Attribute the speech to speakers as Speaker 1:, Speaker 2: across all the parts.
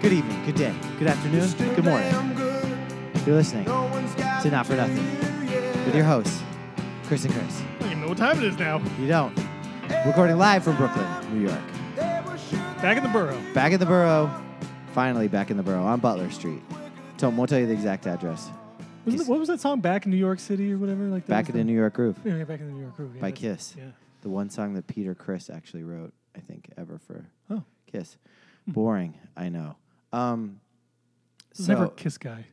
Speaker 1: day, good afternoon, good morning. You're listening to Not For Nothing with your hosts, Chris and Chris.
Speaker 2: I don't even know what time it is now.
Speaker 1: You don't. Recording live from Brooklyn, New York.
Speaker 2: Back in the borough.
Speaker 1: Back in the borough, finally back in the borough on Butler Street. Tom won't tell you the exact address.
Speaker 2: Wasn't it- what was that song? Back in New York City or whatever. Like that
Speaker 1: Back
Speaker 2: was
Speaker 1: in the New York Groove
Speaker 2: Yeah, yeah, back in the New York Groove. yeah,
Speaker 1: by
Speaker 2: that's-
Speaker 1: Kiss.
Speaker 2: Yeah.
Speaker 1: The one song that Peter Chris actually wrote, I think, ever for
Speaker 2: Oh,
Speaker 1: Kiss. Boring, I know. Um,
Speaker 2: I was
Speaker 1: so,
Speaker 2: never a Kiss guy.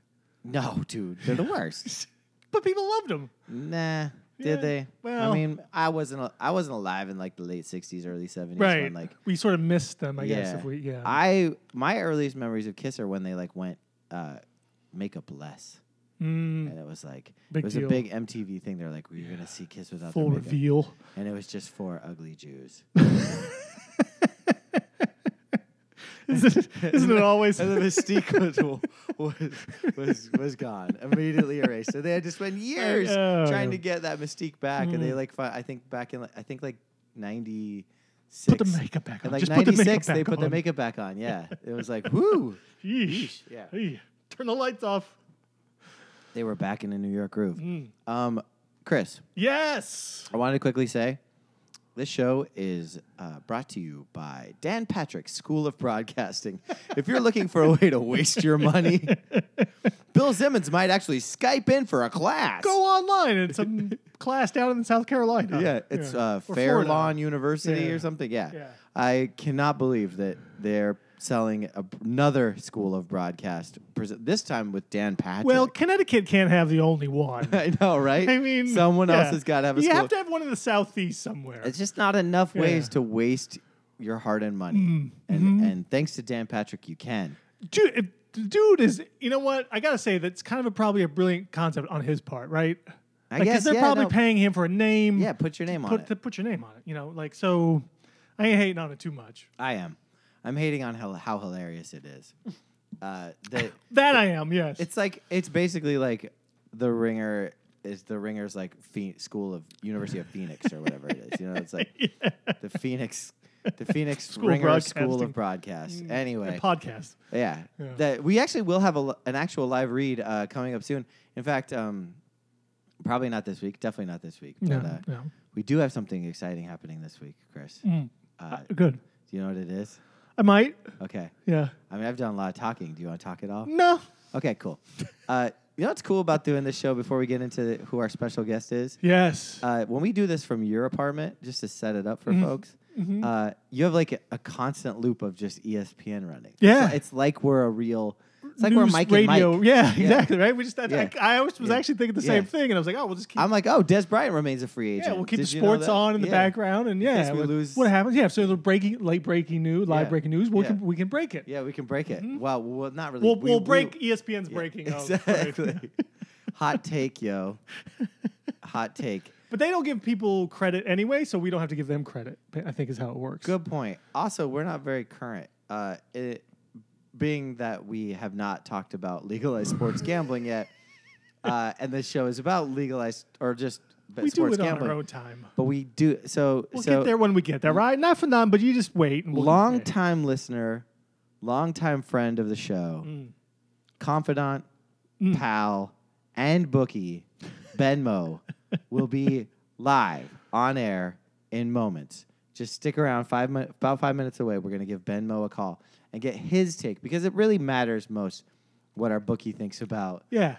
Speaker 1: No, dude, they're the worst.
Speaker 2: But people loved him.
Speaker 1: Nah,
Speaker 2: Yeah,
Speaker 1: did they?
Speaker 2: well-
Speaker 1: I mean, I wasn't al- I wasn't alive in like the late '60s, early '70s.
Speaker 2: Right.
Speaker 1: When, like,
Speaker 2: we sort of missed them, I
Speaker 1: yeah,
Speaker 2: guess. If we, yeah.
Speaker 1: I my earliest memories of Kiss are when they like went uh, makeup less,
Speaker 2: Mm,
Speaker 1: and it was like
Speaker 2: Big
Speaker 1: it was
Speaker 2: deal.
Speaker 1: a big MTV thing. They're like, we're gonna see Kiss without
Speaker 2: full
Speaker 1: their makeup,
Speaker 2: reveal.
Speaker 1: and it was just four ugly Jews.
Speaker 2: Isn't isn't it always?
Speaker 1: and the mystique was, was was was gone immediately erased. So they had to spend years
Speaker 2: know.
Speaker 1: trying to get that mystique back, and they
Speaker 2: Mm.
Speaker 1: like fi- I think back in like, I think like ninety six.
Speaker 2: Put the makeup back on.
Speaker 1: And like
Speaker 2: Just put the
Speaker 1: ninety
Speaker 2: makeup
Speaker 1: six, they
Speaker 2: back
Speaker 1: put the
Speaker 2: on.
Speaker 1: makeup back on. Yeah, it was like whoo.
Speaker 2: Yeesh.
Speaker 1: Yeesh, yeah.
Speaker 2: Hey, turn the lights off.
Speaker 1: They were back in a New York groove.
Speaker 2: Mm.
Speaker 1: Um, Chris,
Speaker 2: Yes.
Speaker 1: I wanted to quickly say, this show is uh, brought to you by Dan Patrick School of Broadcasting. if you're looking for a way to waste your money, Bill Simmons might actually Skype in for a class.
Speaker 2: Go online in some class down in South Carolina.
Speaker 1: Yeah, it's Uh,
Speaker 2: Oh, Or Florida.
Speaker 1: Fairlawn University
Speaker 2: Yeah.
Speaker 1: or something. Yeah.
Speaker 2: Yeah.
Speaker 1: I cannot believe that they're selling a, another school of broadcast, pres- this time with Dan Patrick.
Speaker 2: Well, Connecticut can't have the only one.
Speaker 1: I know, right?
Speaker 2: I mean,
Speaker 1: someone
Speaker 2: yeah.
Speaker 1: else has got to have a
Speaker 2: You
Speaker 1: school.
Speaker 2: have to have one in the southeast somewhere.
Speaker 1: it's just not enough ways
Speaker 2: Yeah. Mm-hmm.
Speaker 1: to waste your hard-earned money, and and thanks to Dan Patrick, you can.
Speaker 2: dude, if- dude is. You know what? I gotta say that's kind of a, probably a brilliant concept on his part, right?
Speaker 1: I
Speaker 2: Like, 'cause
Speaker 1: guess,
Speaker 2: they're
Speaker 1: yeah,
Speaker 2: probably
Speaker 1: no.
Speaker 2: paying him for a name.
Speaker 1: Yeah, put your name on
Speaker 2: put
Speaker 1: it.
Speaker 2: to put your name on it. You know, like so. I ain't hating on it too much.
Speaker 1: I am. I'm hating on how, how hilarious it is. Uh, the,
Speaker 2: That I am. Yes.
Speaker 1: it's like it's basically like the Ringer is the Ringer's like Phe- school of University of Phoenix or whatever it is. You know, it's like the Phoenix, the Phoenix
Speaker 2: School of
Speaker 1: Ringer School of
Speaker 2: Broadcasting.
Speaker 1: Broadcast.
Speaker 2: a
Speaker 1: Anyway,
Speaker 2: podcast.
Speaker 1: Yeah.
Speaker 2: Yeah.
Speaker 1: That we actually will have a, li- an actual live read uh, coming up soon. In fact, um, probably not this week. Definitely not this week.
Speaker 2: No,
Speaker 1: But uh,
Speaker 2: no.
Speaker 1: we do have something exciting happening this week, Chris.
Speaker 2: Mm.
Speaker 1: Uh,
Speaker 2: Uh, good.
Speaker 1: do you know what it is?
Speaker 2: I might.
Speaker 1: Okay.
Speaker 2: Yeah.
Speaker 1: I mean, I've done a lot of talking. Do you want to talk at all?
Speaker 2: No.
Speaker 1: Okay, cool. Uh, you know what's cool about doing this show before we get into who our special guest is?
Speaker 2: Yes.
Speaker 1: Uh, when we do this from your apartment, just to set it up for
Speaker 2: Mm-hmm.
Speaker 1: folks, uh, you have like a, a constant loop of just E ESPN running.
Speaker 2: Yeah.
Speaker 1: It's, it's like we're a real. It's like we're
Speaker 2: News,
Speaker 1: Mike
Speaker 2: radio.
Speaker 1: and Mike.
Speaker 2: Yeah, exactly. Right. We just. I,
Speaker 1: Yeah.
Speaker 2: I, I always was
Speaker 1: Yeah.
Speaker 2: actually thinking the
Speaker 1: Yeah.
Speaker 2: same thing, and I was like, oh, we'll just keep.
Speaker 1: I'm like, oh, Des Bryant remains a free agent.
Speaker 2: yeah, we'll keep the
Speaker 1: Did you know
Speaker 2: sports
Speaker 1: that?
Speaker 2: on in the
Speaker 1: Yeah.
Speaker 2: background, and
Speaker 1: case
Speaker 2: yeah,
Speaker 1: we
Speaker 2: what-
Speaker 1: lose-
Speaker 2: what happens? Yeah, so the breaking, late breaking news, live
Speaker 1: Yeah.
Speaker 2: breaking news, we
Speaker 1: Yeah.
Speaker 2: can we can break it.
Speaker 1: Yeah, we can break it. Wow, well, not really.
Speaker 2: Mm-hmm. We'll
Speaker 1: We-
Speaker 2: we'll
Speaker 1: we-
Speaker 2: break E ESPN's breaking. of-
Speaker 1: Exactly. Hot take, yo. Hot take.
Speaker 2: but they don't give people credit anyway, so we don't have to give them credit. I think is how it works.
Speaker 1: Good point. Also, we're not very current. Uh, it, being that we have not talked about legalized sports gambling yet, uh, and this show is about legalized or just b-
Speaker 2: We do
Speaker 1: sports
Speaker 2: it on
Speaker 1: gambling.
Speaker 2: our own time.
Speaker 1: But we do so.
Speaker 2: We'll
Speaker 1: so
Speaker 2: get there when we get there, right? Not for none, but you just wait. And we'll get
Speaker 1: long
Speaker 2: there.
Speaker 1: time listener, long time friend of the show,
Speaker 2: Mm.
Speaker 1: confidant, pal, and bookie, Benmo, will be live on air in moments. Just stick around five min- about five minutes away. We're gonna give Benmo a call and get his take because it really matters most what our bookie thinks about
Speaker 2: Yeah,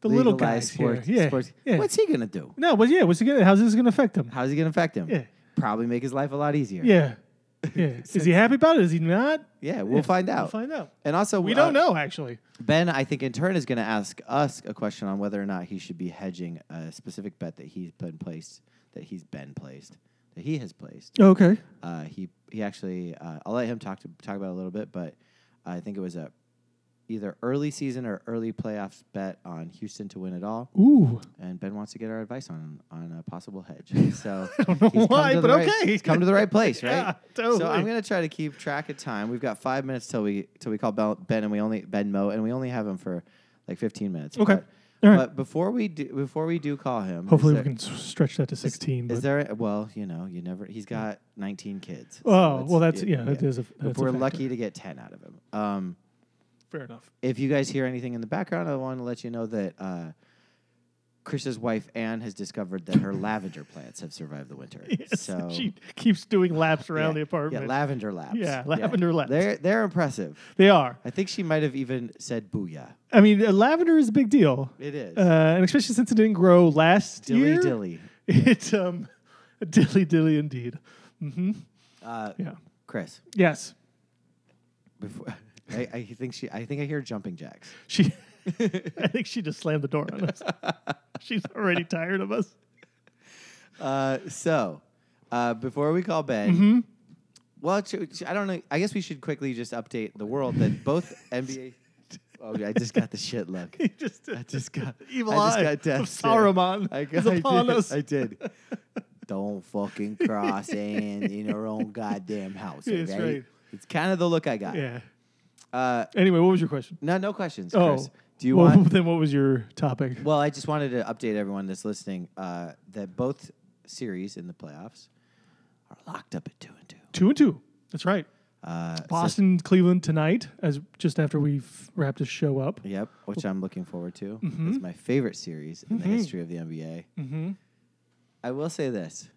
Speaker 2: the little
Speaker 1: legalized
Speaker 2: guys
Speaker 1: sports.
Speaker 2: here. Yeah,
Speaker 1: sports.
Speaker 2: yeah.
Speaker 1: What's he gonna do?
Speaker 2: no, but yeah, what's it gonna? How's this gonna affect them?
Speaker 1: How's he gonna affect him?
Speaker 2: Yeah.
Speaker 1: Probably make his life a lot easier.
Speaker 2: Yeah, yeah. is he happy about it? Is he not?
Speaker 1: Yeah, we'll find out.
Speaker 2: We'll find out.
Speaker 1: and also,
Speaker 2: We
Speaker 1: uh,
Speaker 2: don't know actually.
Speaker 1: Ben, I think in turn is going to ask us a question on whether or not he should be hedging a specific bet that he's been placed, that he's been placed, that he has placed.
Speaker 2: Okay.
Speaker 1: Uh, he he actually, uh, I'll let him talk to talk about it a little bit, but I think it was a either early season or early playoffs bet on Houston to win it all,
Speaker 2: Ooh.
Speaker 1: and Ben wants to get our advice on on a possible hedge. So
Speaker 2: know
Speaker 1: he's come
Speaker 2: why,
Speaker 1: to the
Speaker 2: but
Speaker 1: right-
Speaker 2: okay.
Speaker 1: he's come to the right place, right?
Speaker 2: Yeah, totally.
Speaker 1: So I'm gonna try to keep track of time. We've got five minutes till we till we call Bel- Ben, and we only Ben Mo, and we only have him for like 15 minutes.
Speaker 2: Okay.
Speaker 1: But,
Speaker 2: All right.
Speaker 1: but before we do before we do call him, is
Speaker 2: Hopefully,
Speaker 1: there-
Speaker 2: we can s- stretch that to 16.
Speaker 1: Is
Speaker 2: but-
Speaker 1: there? Well, you know, you never. He's got 19 kids. so
Speaker 2: Oh,
Speaker 1: it's-
Speaker 2: well, that's- yeah, that is a-
Speaker 1: If
Speaker 2: that's a
Speaker 1: we're
Speaker 2: factor.
Speaker 1: lucky to get 10 out of him. Um,
Speaker 2: Fair enough.
Speaker 1: if you guys hear anything in the background, I want to let you know that uh, Chris's wife Anne has discovered that her lavender plants have survived the winter.
Speaker 2: Yes,
Speaker 1: so
Speaker 2: she keeps doing laps around the apartment.
Speaker 1: Yeah, lavender laps.
Speaker 2: Yeah, lavender laps.
Speaker 1: They're they're impressive.
Speaker 2: they are.
Speaker 1: I think she might have even said booyah.
Speaker 2: I mean, uh, lavender is a big deal,
Speaker 1: It is
Speaker 2: uh, and especially since it didn't grow last
Speaker 1: dilly
Speaker 2: year.
Speaker 1: dilly.
Speaker 2: It's um, dilly dilly indeed.
Speaker 1: Uh,
Speaker 2: Yeah.
Speaker 1: Chris,
Speaker 2: Yes.
Speaker 1: before I, I think she, I think I hear jumping jacks.
Speaker 2: She. I think she just slammed the door on us. She's already tired of us.
Speaker 1: Uh, so, uh, before we call Ben,
Speaker 2: Mm-hmm.
Speaker 1: well, ch- ch- I don't know. I guess we should quickly just update the world that both NBA. Oh, I just got the shit look.
Speaker 2: He just
Speaker 1: I just got
Speaker 2: evil
Speaker 1: I just
Speaker 2: eye
Speaker 1: got death
Speaker 2: of
Speaker 1: stare.
Speaker 2: Saruman
Speaker 1: I
Speaker 2: is
Speaker 1: got
Speaker 2: upon
Speaker 1: I did,
Speaker 2: us.
Speaker 1: I did. Don't fucking cross and in your own goddamn house.
Speaker 2: Yeah, that's
Speaker 1: okay?
Speaker 2: right.
Speaker 1: It's kind of the look I got.
Speaker 2: yeah.
Speaker 1: Uh,
Speaker 2: Anyway, what was your question?
Speaker 1: no, no questions,
Speaker 2: Oh,
Speaker 1: Chris. Do you
Speaker 2: well,
Speaker 1: want?
Speaker 2: Then what was your topic?
Speaker 1: Well, I just wanted to update everyone that's listening uh, that both series in the playoffs are locked up at two and two.
Speaker 2: Two and two. That's right.
Speaker 1: Uh, so-
Speaker 2: Boston, Cleveland tonight, as just after we've wrapped this show up.
Speaker 1: yep, which I'm looking forward to. It's my favorite series in the history of the NBA.
Speaker 2: Mm-hmm.
Speaker 1: I will say this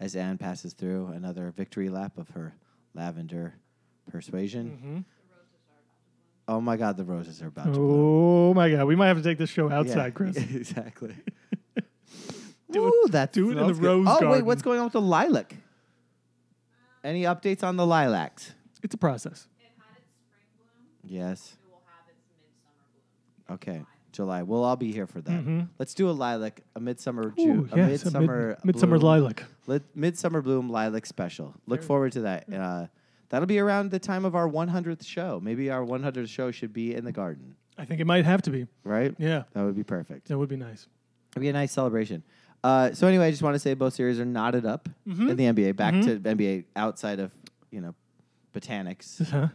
Speaker 1: as Anne passes through another victory lap of her lavender persuasion.
Speaker 2: Mm-hmm.
Speaker 1: Oh my God, the roses are about to bloom.
Speaker 2: Oh my God, we might have to take this show
Speaker 1: Yeah,
Speaker 2: outside, Chris.
Speaker 1: exactly.
Speaker 2: Do it-
Speaker 1: Ooh, that
Speaker 2: do it in the
Speaker 1: smells good.
Speaker 2: rose
Speaker 1: Oh wait,
Speaker 2: garden.
Speaker 1: what's going on with the lilac? Any updates on the lilacs?
Speaker 2: It's a process.
Speaker 3: It had its spring bloom.
Speaker 1: Yes.
Speaker 3: It will have its midsummer bloom.
Speaker 1: Okay. July. We'll all be here for that.
Speaker 2: Mhm.
Speaker 1: Let's do a lilac, a midsummer
Speaker 2: Ooh,
Speaker 1: June, a
Speaker 2: yes, a
Speaker 1: midsummer,
Speaker 2: mid- midsummer
Speaker 1: bloom-
Speaker 2: lilac.
Speaker 1: Lit Midsummer Bloom Lilac Special. Look forward to that. Uh, that'll be around the time of our 100th show. Maybe our 100th show should be in the garden,
Speaker 2: I think it might have to be.
Speaker 1: right?
Speaker 2: Yeah,
Speaker 1: That would be perfect.
Speaker 2: that would be nice.
Speaker 1: It'd be a nice celebration. Uh, so anyway, I just want to say both series are knotted up
Speaker 2: Mm-hmm.
Speaker 1: in the NBA. Back to NBA outside of you know botanics.
Speaker 2: Huh?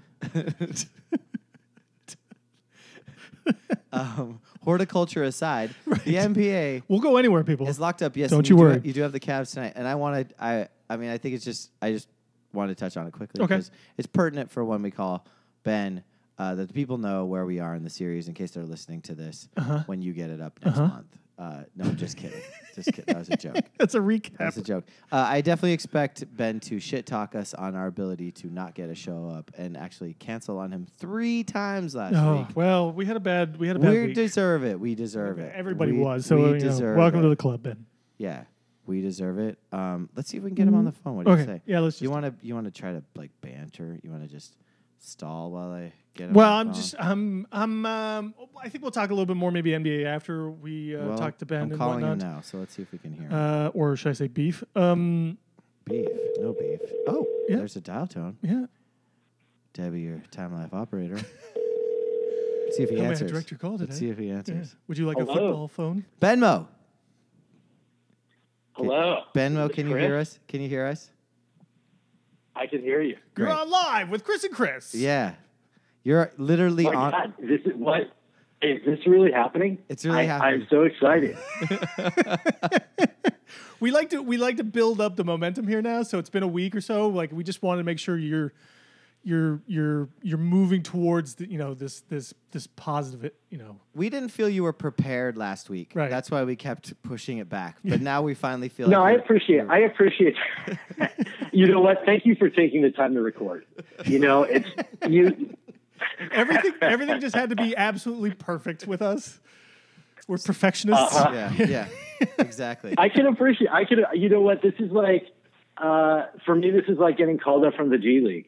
Speaker 1: um, horticulture aside, the NBA
Speaker 2: We'll go anywhere, people.
Speaker 1: It's locked up. Yes.
Speaker 2: Don't
Speaker 1: and
Speaker 2: you
Speaker 1: do
Speaker 2: worry.
Speaker 1: have- you do have the Cavs tonight, and I want to. I. I mean, I think it's just. I just want to touch on it quickly
Speaker 2: Okay.
Speaker 1: because it's pertinent for when we call Ben uh, that the people know where we are in the series in case they're listening to this
Speaker 2: Uh-huh.
Speaker 1: when you get it up next month. Uh, no, just kidding. just kidding. That was a joke.
Speaker 2: That's a recap.
Speaker 1: That's a joke. Uh, I definitely expect Ben to shit talk us on our ability to not get a show up and actually cancel on him three times last
Speaker 2: oh,
Speaker 1: week.
Speaker 2: well, we had a bad we had a bad
Speaker 1: We
Speaker 2: week.
Speaker 1: deserve it. We deserve it.
Speaker 2: Everybody
Speaker 1: We-
Speaker 2: was. So
Speaker 1: we
Speaker 2: you know,
Speaker 1: deserve
Speaker 2: welcome
Speaker 1: it.
Speaker 2: to the club, Ben.
Speaker 1: Yeah, we deserve it. Um, let's see if we can get him on the phone. What do you
Speaker 2: Mm-hmm. Okay.
Speaker 1: say?
Speaker 2: Yeah, let's
Speaker 1: you
Speaker 2: just-
Speaker 1: want to you want to try to like banter? You want to just stall while I get him?
Speaker 2: Well,
Speaker 1: on the
Speaker 2: I'm
Speaker 1: phone?
Speaker 2: just uh, I'm I'm um, I think we'll talk a little bit more maybe NBA after we uh,
Speaker 1: Well,
Speaker 2: talk to Ben
Speaker 1: I'm
Speaker 2: and
Speaker 1: calling
Speaker 2: whatnot.
Speaker 1: him now, so let's see if we can hear him.
Speaker 2: Uh, or should I say beef? Um,
Speaker 1: beef, no beef. Oh,
Speaker 2: Yeah.
Speaker 1: there's a dial tone.
Speaker 2: yeah.
Speaker 1: Debbie, your time life operator. Let's see if he
Speaker 2: How may I
Speaker 1: answers.
Speaker 2: direct your call
Speaker 1: Let's
Speaker 2: today?
Speaker 1: see if he
Speaker 2: Yeah.
Speaker 1: answers.
Speaker 2: Would you like a football
Speaker 4: Hello?
Speaker 2: phone?
Speaker 1: Benmo,
Speaker 4: Hello.
Speaker 1: Benmo,
Speaker 4: This
Speaker 1: can
Speaker 4: is
Speaker 1: you
Speaker 4: Chris.
Speaker 1: hear us? Can you hear us?
Speaker 4: I can hear you.
Speaker 1: Great.
Speaker 2: You're on live with Chris and Chris.
Speaker 1: Yeah, you're literally
Speaker 4: Oh my
Speaker 1: on.
Speaker 4: God, this is what is this really happening?
Speaker 1: It's really
Speaker 4: I-
Speaker 1: happening.
Speaker 4: I'm so excited.
Speaker 2: We like to we like to build up the momentum here now. So it's been a week or so. Like we just wanted to make sure you're you're you're you're moving towards the, you know this this this positive you know
Speaker 1: We didn't feel you were prepared last week.
Speaker 2: Right.
Speaker 1: That's why we kept pushing it back. But now we finally feel.
Speaker 4: no, I
Speaker 1: like
Speaker 4: appreciate. I appreciate. you know what? Thank you for taking the time to record. You know, it's you.
Speaker 2: everything everything just had to be absolutely perfect with us. We're perfectionists.
Speaker 4: Uh-huh.
Speaker 1: Yeah, yeah, exactly.
Speaker 4: I can appreciate. I can. You know what? This is like. Uh, for me, this is like getting called up from the G League.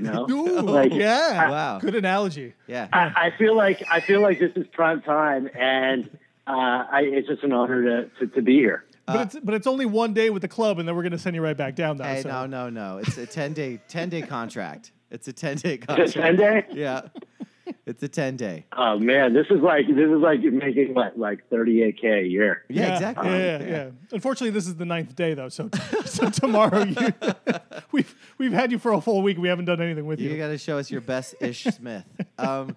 Speaker 4: know,
Speaker 2: Ooh,
Speaker 4: like
Speaker 2: yeah.
Speaker 1: Wow.
Speaker 2: Good analogy.
Speaker 1: Yeah,
Speaker 4: I, I feel like I feel like this is prime time, and uh, I, it's just an honor to, to, to be here.
Speaker 2: But it's but it's only one day with the club, and then we're gonna send you right back down though.
Speaker 1: Uh, hey,
Speaker 2: so.
Speaker 1: no, no, no. It's a ten day, ten day contract. It's a ten day
Speaker 4: Is it ten
Speaker 1: contract.
Speaker 4: day?
Speaker 1: Yeah, it's a ten day.
Speaker 4: Oh man, this is like this is like making what like thirty eight k a year.
Speaker 1: Yeah, exactly.
Speaker 2: Yeah, yeah, yeah. Unfortunately, this is the ninth day though, so so tomorrow you, we've we've had you for a full week. We haven't done anything with you.
Speaker 1: You got to show us your best Ish Smith. Um,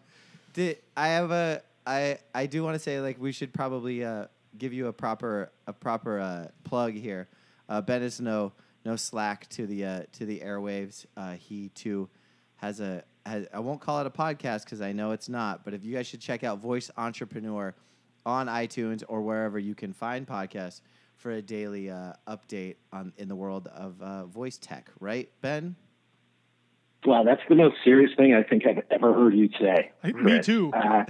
Speaker 1: did I have a? I I do want to say like we should probably uh, give you a proper a proper uh, plug here. Uh, ben is no no slack to the uh, to the airwaves. Uh, he too has a has, I won't call it a podcast because I know it's not, but if you guys should check out Voice Entrepreneur on iTunes or wherever you can find podcasts for a daily uh, update on in the world of uh, voice tech, right, Ben?
Speaker 4: Wow, that's the most serious thing I think I've ever heard you say.
Speaker 2: I- me
Speaker 4: Chris.
Speaker 2: too.
Speaker 4: Uh,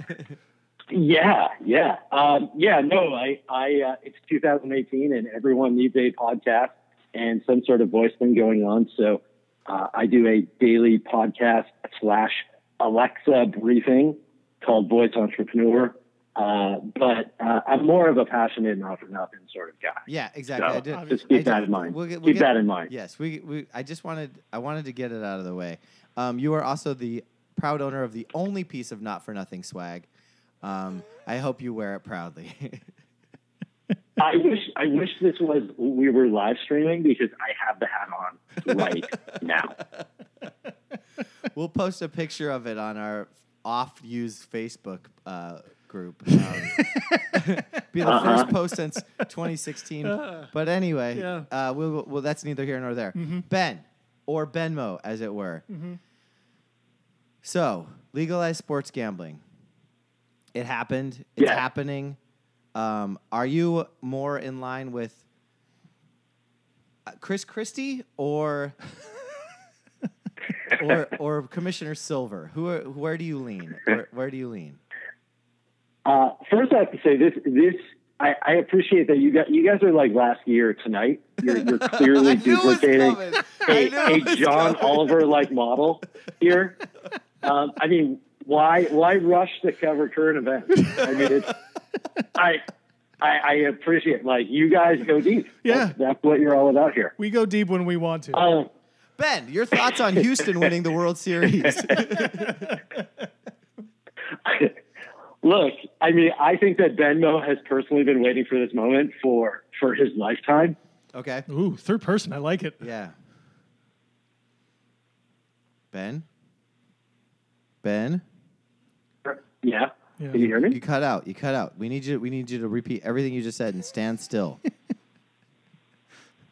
Speaker 4: yeah, yeah, um, yeah. No, I, I. Uh, it's 2018, and everyone needs a podcast and some sort of voice thing going on. So uh, I do a daily podcast slash Alexa briefing called Voice Entrepreneur. Uh, but uh, I'm more of a passionate, not for nothing sort of guy.
Speaker 1: Yeah, exactly. I
Speaker 4: So
Speaker 1: did.
Speaker 4: just keep
Speaker 1: I
Speaker 4: that
Speaker 1: did-
Speaker 4: in mind.
Speaker 1: we'll get- we'll
Speaker 4: keep
Speaker 1: get-
Speaker 4: that in mind.
Speaker 1: Yes, we, we. I just wanted. I wanted to get it out of the way. Um, you are also the proud owner of the only piece of not for nothing swag. Um, I hope you wear it proudly.
Speaker 4: I wish I wish this was we were live streaming because I have the hat on right now.
Speaker 1: we'll post a picture of it on our off-used Facebook uh, group. Um, be the first
Speaker 4: Uh-huh.
Speaker 1: post since 2016. but anyway,
Speaker 2: Yeah.
Speaker 1: uh, we'll, well, that's neither here nor there. Ben or Benmo, as it were. So legalized sports gambling. It happened. It's
Speaker 4: Yeah.
Speaker 1: happening. Um, are you more in line with uh, Chris Christie or or or Commissioner Silver? Who are, where do you lean? Where, where do you lean?
Speaker 4: Uh, first, I have to say this. This I, I appreciate that you got you guys are like last year tonight. You're, you're clearly duplicating a, a John Oliver like model here. Um, I mean, why why rush to cover current events? I mean, it's, I, I I appreciate like you guys go deep.
Speaker 2: Yeah.
Speaker 4: that's, that's what you're all about here.
Speaker 2: we go deep when we want
Speaker 1: Uh,
Speaker 2: to.
Speaker 4: Um,
Speaker 1: Ben, your thoughts on Houston winning the World Series?
Speaker 4: Look, I mean, I think that Benmo has personally been waiting for this moment for for his lifetime.
Speaker 1: okay.
Speaker 2: Ooh, third person. I like it.
Speaker 1: Yeah. Ben? Ben?
Speaker 4: Yeah.
Speaker 2: Yeah.
Speaker 4: Can you hear me?
Speaker 1: You cut out. You cut out. We need you we need you to repeat everything you just said and stand still.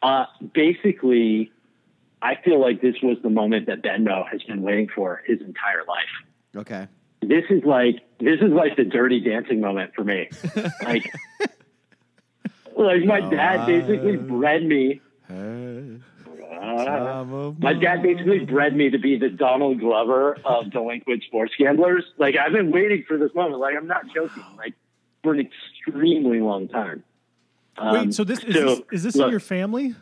Speaker 4: Uh, basically, I feel like this was the moment that Benmo has been waiting for his entire life.
Speaker 1: Okay.
Speaker 4: this is like this is like the dirty dancing moment for me. Like like my dad basically bred me. Uh, my dad basically bred me to be the Donald Glover of delinquent sports gamblers. Like I've been waiting for this moment. Like I'm not joking. Like for an extremely long time. Um,
Speaker 2: Wait, so this is this, is this in
Speaker 4: look,
Speaker 2: your family?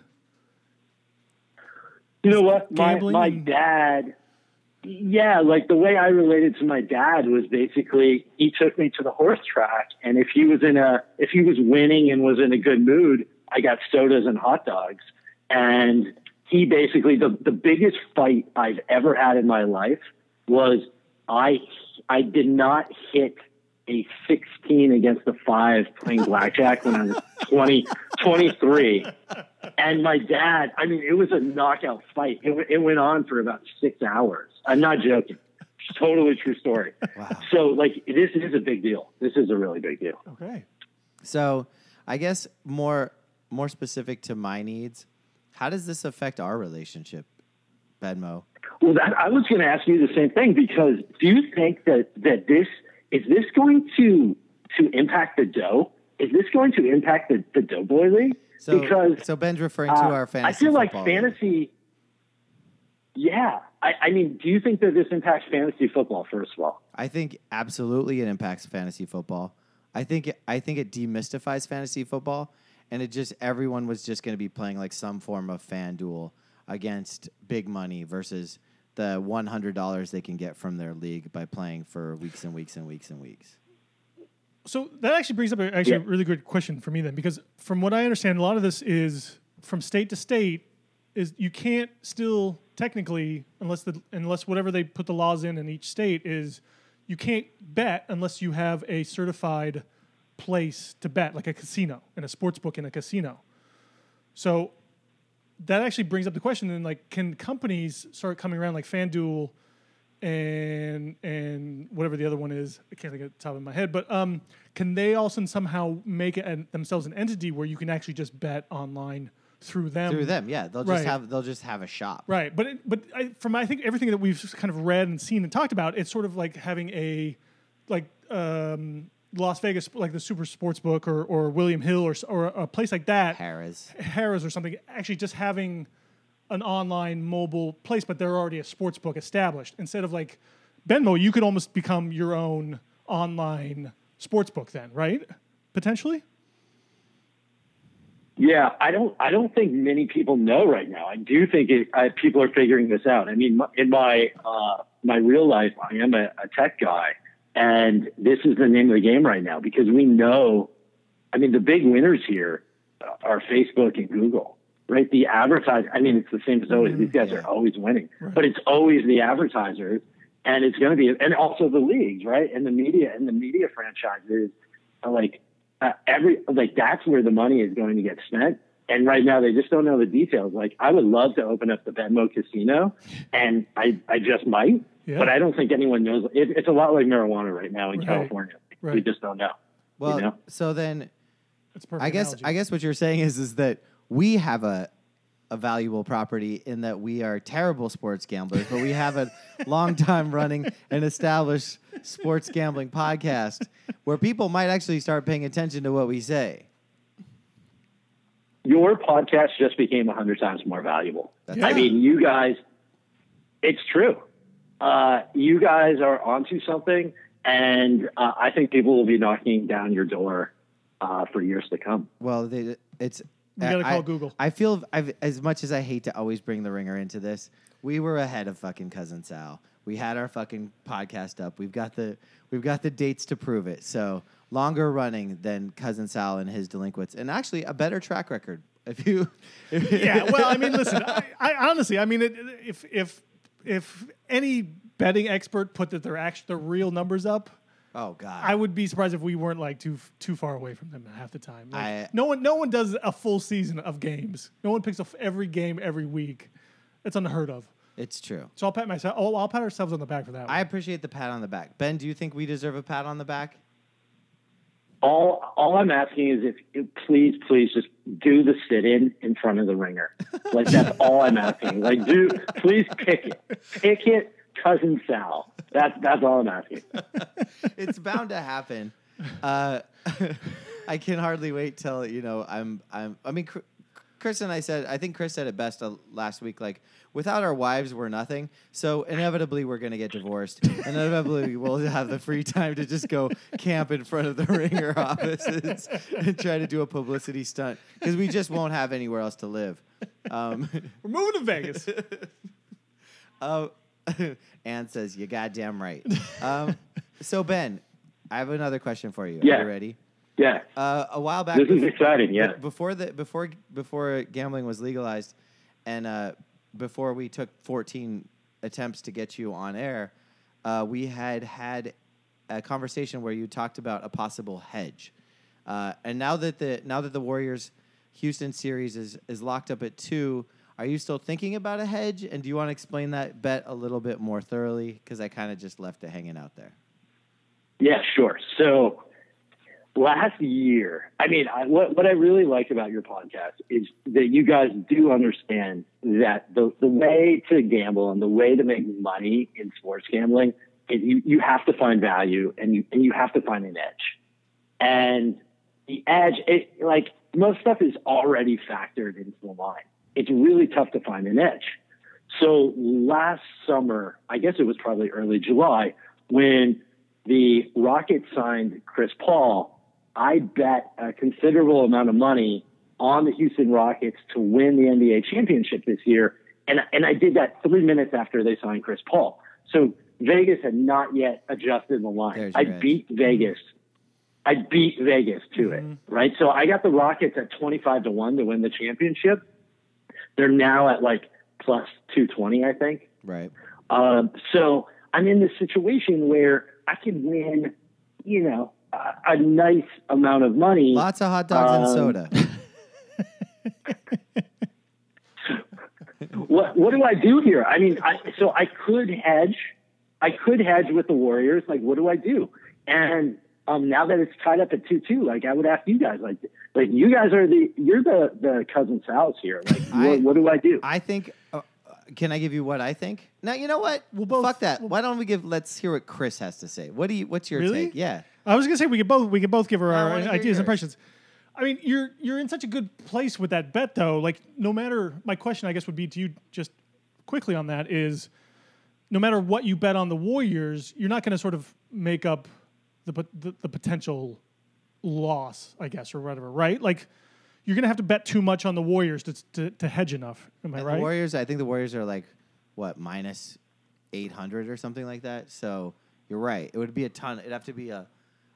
Speaker 4: You know what? My
Speaker 2: gambling
Speaker 4: my
Speaker 2: and-
Speaker 4: dad. Yeah, like the way I related to my dad was basically he took me to the horse track, and if he was in a if he was winning and was in a good mood, I got sodas and hot dogs, and he basically the the biggest fight I've ever had in my life was I I did not hit a 16 against a 5 playing blackjack when I was 20 23 and my dad, I mean, it was a knockout fight. It, w- it went on for about six hours. I'm not joking. It's totally true story.
Speaker 1: Wow.
Speaker 4: So, like, this is a big deal. This is a really big deal.
Speaker 2: Okay.
Speaker 1: So I guess more more specific to my needs, how does this affect our relationship, Benmo?
Speaker 4: Well, that, I was going to ask you the same thing because do you think that that this is this going to to impact the dough? Is this going to impact the, the Doughboy League?
Speaker 1: So
Speaker 4: because
Speaker 1: so Ben's referring to
Speaker 4: Uh,
Speaker 1: our fantasy.
Speaker 4: I feel like
Speaker 1: football league.
Speaker 4: fantasy. Yeah, I, I mean, do you think that this impacts fantasy football? First of all,
Speaker 1: I think absolutely it impacts fantasy football. I think it, I think it demystifies fantasy football, and it just everyone was just going to be playing like some form of fan duel against big money versus the one hundred dollars they can get from their league by playing for weeks and weeks and weeks and weeks.
Speaker 2: So that actually brings up a, actually a
Speaker 4: Yeah.
Speaker 2: really good question for me then, because from what I understand, a lot of this is from state to state. Is you can't still technically unless the unless whatever they put the laws in in each state is you can't bet unless you have a certified place to bet, like a casino and a sports book in a casino. So that actually brings up the question then like can companies start coming around like FanDuel and and whatever the other one is, I can't think of the top of my head, but um can they also somehow make it an, themselves an entity where you can actually just bet online through them.
Speaker 1: through them. Yeah, they'll just
Speaker 2: Right.
Speaker 1: have they'll just have a shop.
Speaker 2: Right, but it, but I, from I think everything that we've just kind of read and seen and talked about, it's sort of like having a like um, Las Vegas, like the Super Sports Book or or William Hill or s- or a place like that,
Speaker 1: Harris.
Speaker 2: Harrah's or something. Actually, just having an online mobile place, but they're already a sports book established. Instead of like Benmo, you could almost become your own online sports book then, right? Potentially.
Speaker 4: Yeah, I don't. I don't think many people know right now. I do think it, I, people are figuring this out. I mean, my- in my uh, my real life, I am a, a tech guy, and this is the name of the game right now because we know. I mean, the big winners here are Facebook and Google, right? The advertiser. I mean, it's the same as always.
Speaker 2: Mm-hmm.
Speaker 4: These guys
Speaker 1: Yeah.
Speaker 4: are always winning, but it's always the advertisers, and it's going to be, and also the leagues, right? And the media and the media franchises uh, like uh, every like that's where the money is going to get spent. And right now, they just don't know the details. Like, I would love to open up the Venmo casino, and I, I just might,
Speaker 2: Yeah.
Speaker 4: but I don't think anyone knows. It, it's a lot like marijuana right now in
Speaker 2: Right.
Speaker 4: California. We
Speaker 2: Right.
Speaker 4: just don't know.
Speaker 1: Well,
Speaker 4: know?
Speaker 1: so then
Speaker 2: That's a perfect.
Speaker 1: I guess
Speaker 2: analogy.
Speaker 1: I guess what you're saying is is that we have a a valuable property in that we are terrible sports gamblers, but we have a long time running and established sports gambling podcast where people might actually start paying attention to what we say.
Speaker 4: Your podcast just became a hundred times more valuable.
Speaker 1: That's
Speaker 4: I
Speaker 2: Yeah.
Speaker 4: mean, you guys, it's true. Uh, you guys are onto something, and uh, I think people will be knocking down your door uh, for years to come.
Speaker 1: Well, they, it's
Speaker 2: We gotta
Speaker 1: I-
Speaker 2: call Google.
Speaker 1: I feel I've, as much as I hate to always bring the ringer into this, we were ahead of fucking cousin Sal. We had our fucking podcast up. We've got the we've got the dates to prove it. So longer running than cousin Sal and his delinquents, and actually a better track record. If you, if-
Speaker 2: yeah. Well, I mean, listen. I, I honestly, I mean, it, if if if any betting expert put that their act their real numbers up,
Speaker 1: oh god,
Speaker 2: I would be surprised if we weren't like too too far away from them half the time. Like,
Speaker 1: I-
Speaker 2: no one no one does a full season of games. No one picks up every game every week. It's unheard of.
Speaker 1: it's true.
Speaker 2: So I'll pat myself. Oh, I'll pat ourselves on the back for that.
Speaker 1: I
Speaker 2: one.
Speaker 1: appreciate the pat on the back. Ben, do you think we deserve a pat on the back?
Speaker 4: all all I'm asking is if you- please, please just do the sit in in front of the ringer. Like that's all I'm asking. Like do please pick it. Pick it, cousin Sal. That's that's all I'm asking.
Speaker 1: it's bound to happen. Uh, I can hardly wait till you know I'm I'm. I mean, Chr- Chris and I said I think Chris said it best uh, last week. Like without our wives, we're nothing. So inevitably, we're gonna get divorced. inevitably, we'll have the free time to just go camp in front of the ringer offices and try to do a publicity stunt because we just won't have anywhere else to live. Um,
Speaker 2: We're moving to Vegas.
Speaker 1: Oh, Anne says, "You goddamn right." Um, so Ben, I have another question for you. Are
Speaker 4: Yeah.
Speaker 1: you ready?
Speaker 4: Yeah.
Speaker 1: Uh, a while back,
Speaker 4: This is
Speaker 1: bef-
Speaker 4: exciting, yeah.
Speaker 1: Before the before before gambling was legalized, and uh, before we took fourteen attempts to get you on air, uh, we had had a conversation where you talked about a possible hedge. Uh, and now that the now that the Warriors Houston series is is locked up at two, are you still thinking about a hedge? And do you want to explain that bet a little bit more thoroughly? Because I kind of just left it hanging out there.
Speaker 4: Yeah, sure. So last year, I mean, I, what, what I really like about your podcast is that you guys do understand that the, the way to gamble and the way to make money in sports gambling is you, you have to find value and you, and you have to find an edge. And the edge, it, like most stuff is already factored into the line. It's really tough to find an edge. So last summer, I guess it was probably early July, when the Rockets signed Chris Paul, I bet a considerable amount of money on the Houston Rockets to win the NBA championship this year. And, and I did that three minutes after they signed Chris Paul. So Vegas had not yet adjusted the line.
Speaker 1: There's
Speaker 4: I
Speaker 1: your edge.
Speaker 4: beat Vegas I beat Vegas to it,
Speaker 1: Mm-hmm.
Speaker 4: right? So I got the Rockets at 25 to 1 to win the championship. They're now at like plus 220, I think.
Speaker 1: Right.
Speaker 4: Um, so I'm in this situation where I could win, you know, a, a nice amount of money.
Speaker 1: Lots of hot dogs and
Speaker 4: Um,
Speaker 1: soda.
Speaker 4: what what do I do here? I mean, I, so I could hedge, I could hedge with the Warriors. Like, what do I do? And um, now that it's tied up at two two, like I would ask you guys, like like you guys are the you're the the cousin Sal's here. Like
Speaker 1: I-
Speaker 4: what, what do I do?
Speaker 1: I think. Uh, uh, can I give you what I think? No, you know what?
Speaker 2: We'll both-
Speaker 1: Fuck that.
Speaker 2: we'll-
Speaker 1: Why don't we give? Let's hear what Chris has to say. What do you? What's your
Speaker 2: Really?
Speaker 1: take? Yeah.
Speaker 2: I was gonna say we could both we could both give her
Speaker 1: I
Speaker 2: our
Speaker 1: wanna hear
Speaker 2: ideas
Speaker 1: yours.
Speaker 2: and impressions. I mean, you're you're in such a good place with that bet though. Like, no matter my question, I guess would be to you just quickly on that is, no matter what you bet on the Warriors, you're not gonna sort of make up the pot- the, the potential loss, I guess, or whatever, right? Like, you're gonna have to bet too much on the Warriors to to, to hedge enough. Am I
Speaker 1: And
Speaker 2: right?
Speaker 1: The Warriors. I think the Warriors are like what minus eight hundred or something like that. So you're right. It would be a ton. It'd have to be a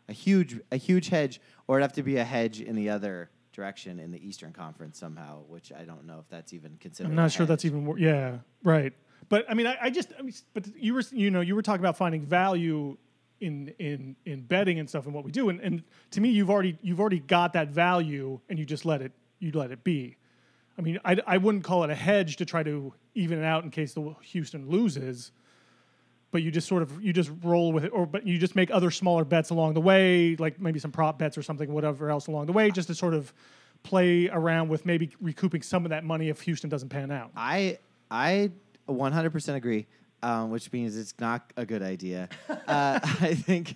Speaker 1: a huge a huge hedge, or it'd have to be a hedge in the other direction in the Eastern Conference somehow. Which I don't know if that's even considered.
Speaker 2: I'm
Speaker 1: a
Speaker 2: not sure that's
Speaker 1: hedge.
Speaker 2: even wor- yeah right. But I mean, I, I just I mean, s- but you were you know you were talking about finding value in in in betting and stuff and what we do and, and to me you've already you've already got that value and you just let it you let it be. I mean, I I wouldn't call it a hedge to try to even it out in case the Houston loses. But you just sort of you just roll with it, or but you just make other smaller bets along the way, like maybe some prop bets or something, whatever else along the way, just to sort of play around with maybe recouping some of that money if Houston doesn't pan out.
Speaker 1: I I 100% agree, um, which means it's not a good idea. Uh, I think.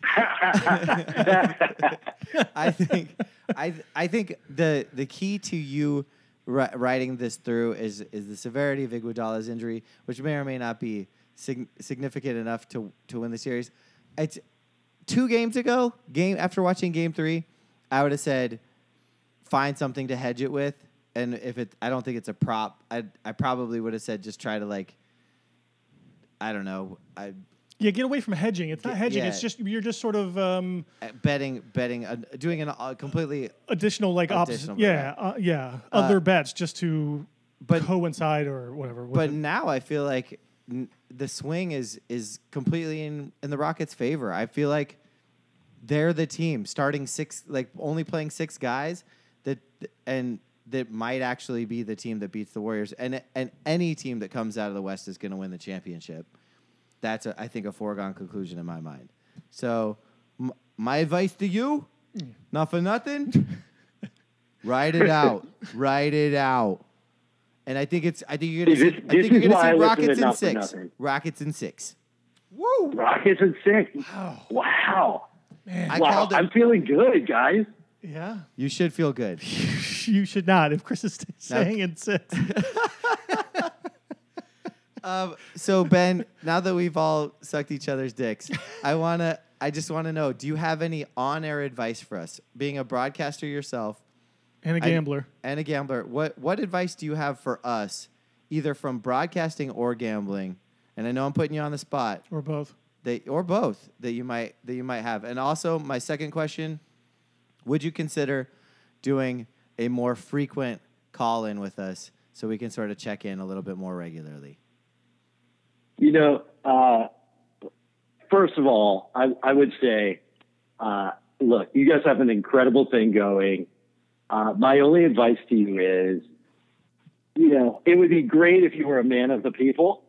Speaker 1: I think. I I think the the key to you ri- riding this through is is the severity of Iguodala's injury, which may or may not be sig- significant enough to to win the series. It's two games ago. Game after watching game three, I would have said find something to hedge it with. And if it, I don't think it's a prop. I I probably would have said just try to like, I don't know, I
Speaker 2: Yeah, get away from hedging. It's not
Speaker 1: Ge-
Speaker 2: hedging.
Speaker 1: yeah.
Speaker 2: It's just you're just sort of um,
Speaker 1: uh, betting betting uh, doing an uh, completely.
Speaker 2: additional like opposite.
Speaker 1: Additional,
Speaker 2: yeah, uh, yeah. Other bets just to
Speaker 1: but-
Speaker 2: coincide or whatever. with
Speaker 1: But
Speaker 2: it.
Speaker 1: now I feel like n- the swing is is completely in in the Rockets' favor. I feel like they're the team starting six, like only playing six guys that and that might actually be the team that beats the Warriors. And and any team that comes out of the West is going to win the championship. That's a, I think a foregone conclusion in my mind. So m- my advice to you, not for nothing, ride it out, ride it out. And I think it's I think you're gonna
Speaker 4: See,
Speaker 1: see,
Speaker 4: this-
Speaker 1: I think
Speaker 4: this
Speaker 1: you're
Speaker 4: is
Speaker 1: gonna
Speaker 4: why
Speaker 1: see
Speaker 4: I listen to
Speaker 1: Rockets in
Speaker 4: Not For
Speaker 1: six.
Speaker 4: Nothing.
Speaker 1: Rockets in six.
Speaker 4: Rockets and six. Wow. Wow.
Speaker 1: I
Speaker 4: wow.
Speaker 1: called it.
Speaker 4: I'm feeling good, guys.
Speaker 2: yeah,
Speaker 1: you should feel good.
Speaker 2: you should not. If Chris is saying in six,
Speaker 1: So Ben, now that we've all sucked each other's dicks, I wanna I just wanna know, do you have any on air advice for us? Being a broadcaster yourself
Speaker 2: and a
Speaker 1: I-
Speaker 2: gambler.
Speaker 1: and a gambler, what what advice do you have for us, either from broadcasting or gambling? And I know I'm putting you on the spot.
Speaker 2: or both.
Speaker 1: that or both that you might that you might have. And also my second question, would you consider doing a more frequent call in with us so we can sort of check in a little bit more regularly?
Speaker 4: You know, uh, first of all, I, I would say, uh, look, you guys have an incredible thing going. Uh, my only advice to you is, you know, it would be great if you were a man of the people.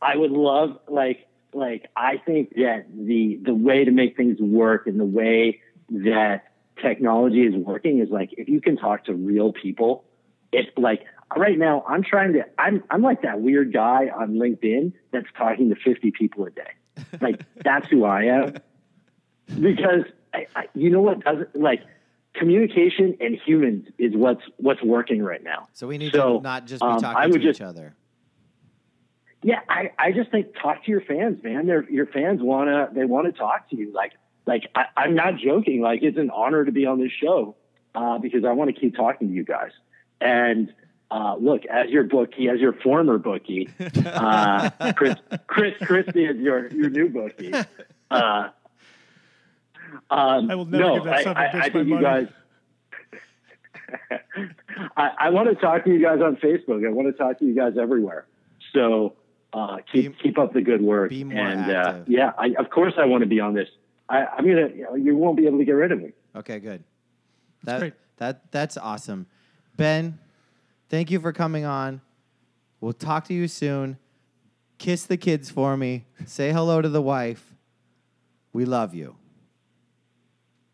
Speaker 4: I would love, like, like I think that the the way to make things work and the way that technology is working is like if you can talk to real people it's like right now I'm trying to I'm I'm like that weird guy on LinkedIn that's talking to 50 people a day. Like that's who I am. Because I, I, you know what doesn't like communication and humans is what's what's working right now.
Speaker 1: So we need
Speaker 4: So,
Speaker 1: to not just be
Speaker 4: um, I
Speaker 1: talking to
Speaker 4: would
Speaker 1: each
Speaker 4: just-
Speaker 1: other.
Speaker 4: Yeah, I, I just think talk to your fans, man. They're, your fans wanna they wanna talk to you. Like like I, I'm not joking. Like it's an honor to be on this show uh, because I want to keep talking to you guys. And uh, look, as your bookie, as your former bookie, uh, Chris Chris Christie is your your new bookie. Uh, um,
Speaker 2: I will never
Speaker 4: no,
Speaker 2: give that
Speaker 4: I,
Speaker 2: son of a
Speaker 4: I,
Speaker 2: bitch
Speaker 4: I think
Speaker 2: my
Speaker 4: you
Speaker 2: money.
Speaker 4: guys. I, I want to talk to you guys on Facebook. I want to talk to you guys everywhere. So uh, keep
Speaker 1: Be-
Speaker 4: keep up the good work.
Speaker 1: be more
Speaker 4: and Uh,
Speaker 1: active.
Speaker 4: yeah, I, of course I want to be on this. I, I'm gonna. You, know, you won't be able to get rid of me.
Speaker 1: Okay, good.
Speaker 2: That's
Speaker 1: That
Speaker 2: great.
Speaker 1: that that's awesome. Ben, thank you for coming on. We'll talk to you soon. Kiss the kids for me. Say hello to the wife. We love you.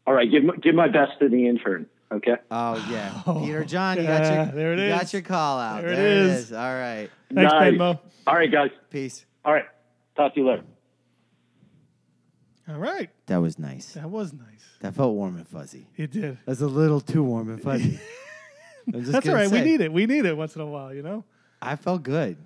Speaker 4: All right, give my, give my best to the intern. Okay.
Speaker 1: Oh yeah,
Speaker 2: Oh,
Speaker 1: Peter John, you
Speaker 2: yeah,
Speaker 1: got your
Speaker 2: there it
Speaker 1: you
Speaker 2: is.
Speaker 1: got your call out.
Speaker 2: There
Speaker 1: There,
Speaker 2: it
Speaker 1: it
Speaker 2: is.
Speaker 1: is. All right,
Speaker 2: Thanks,
Speaker 4: Nice.
Speaker 2: Benmo.
Speaker 4: All right, guys.
Speaker 1: peace.
Speaker 4: All right. Talk to you later.
Speaker 2: All right.
Speaker 1: That was nice.
Speaker 2: That was nice.
Speaker 1: That felt warm and fuzzy.
Speaker 2: It did.
Speaker 1: That's a little too warm and fuzzy. I'm just
Speaker 2: That's all
Speaker 1: gonna
Speaker 2: right.
Speaker 1: say,
Speaker 2: We need it. We need it once in a while, you know?
Speaker 1: I felt good.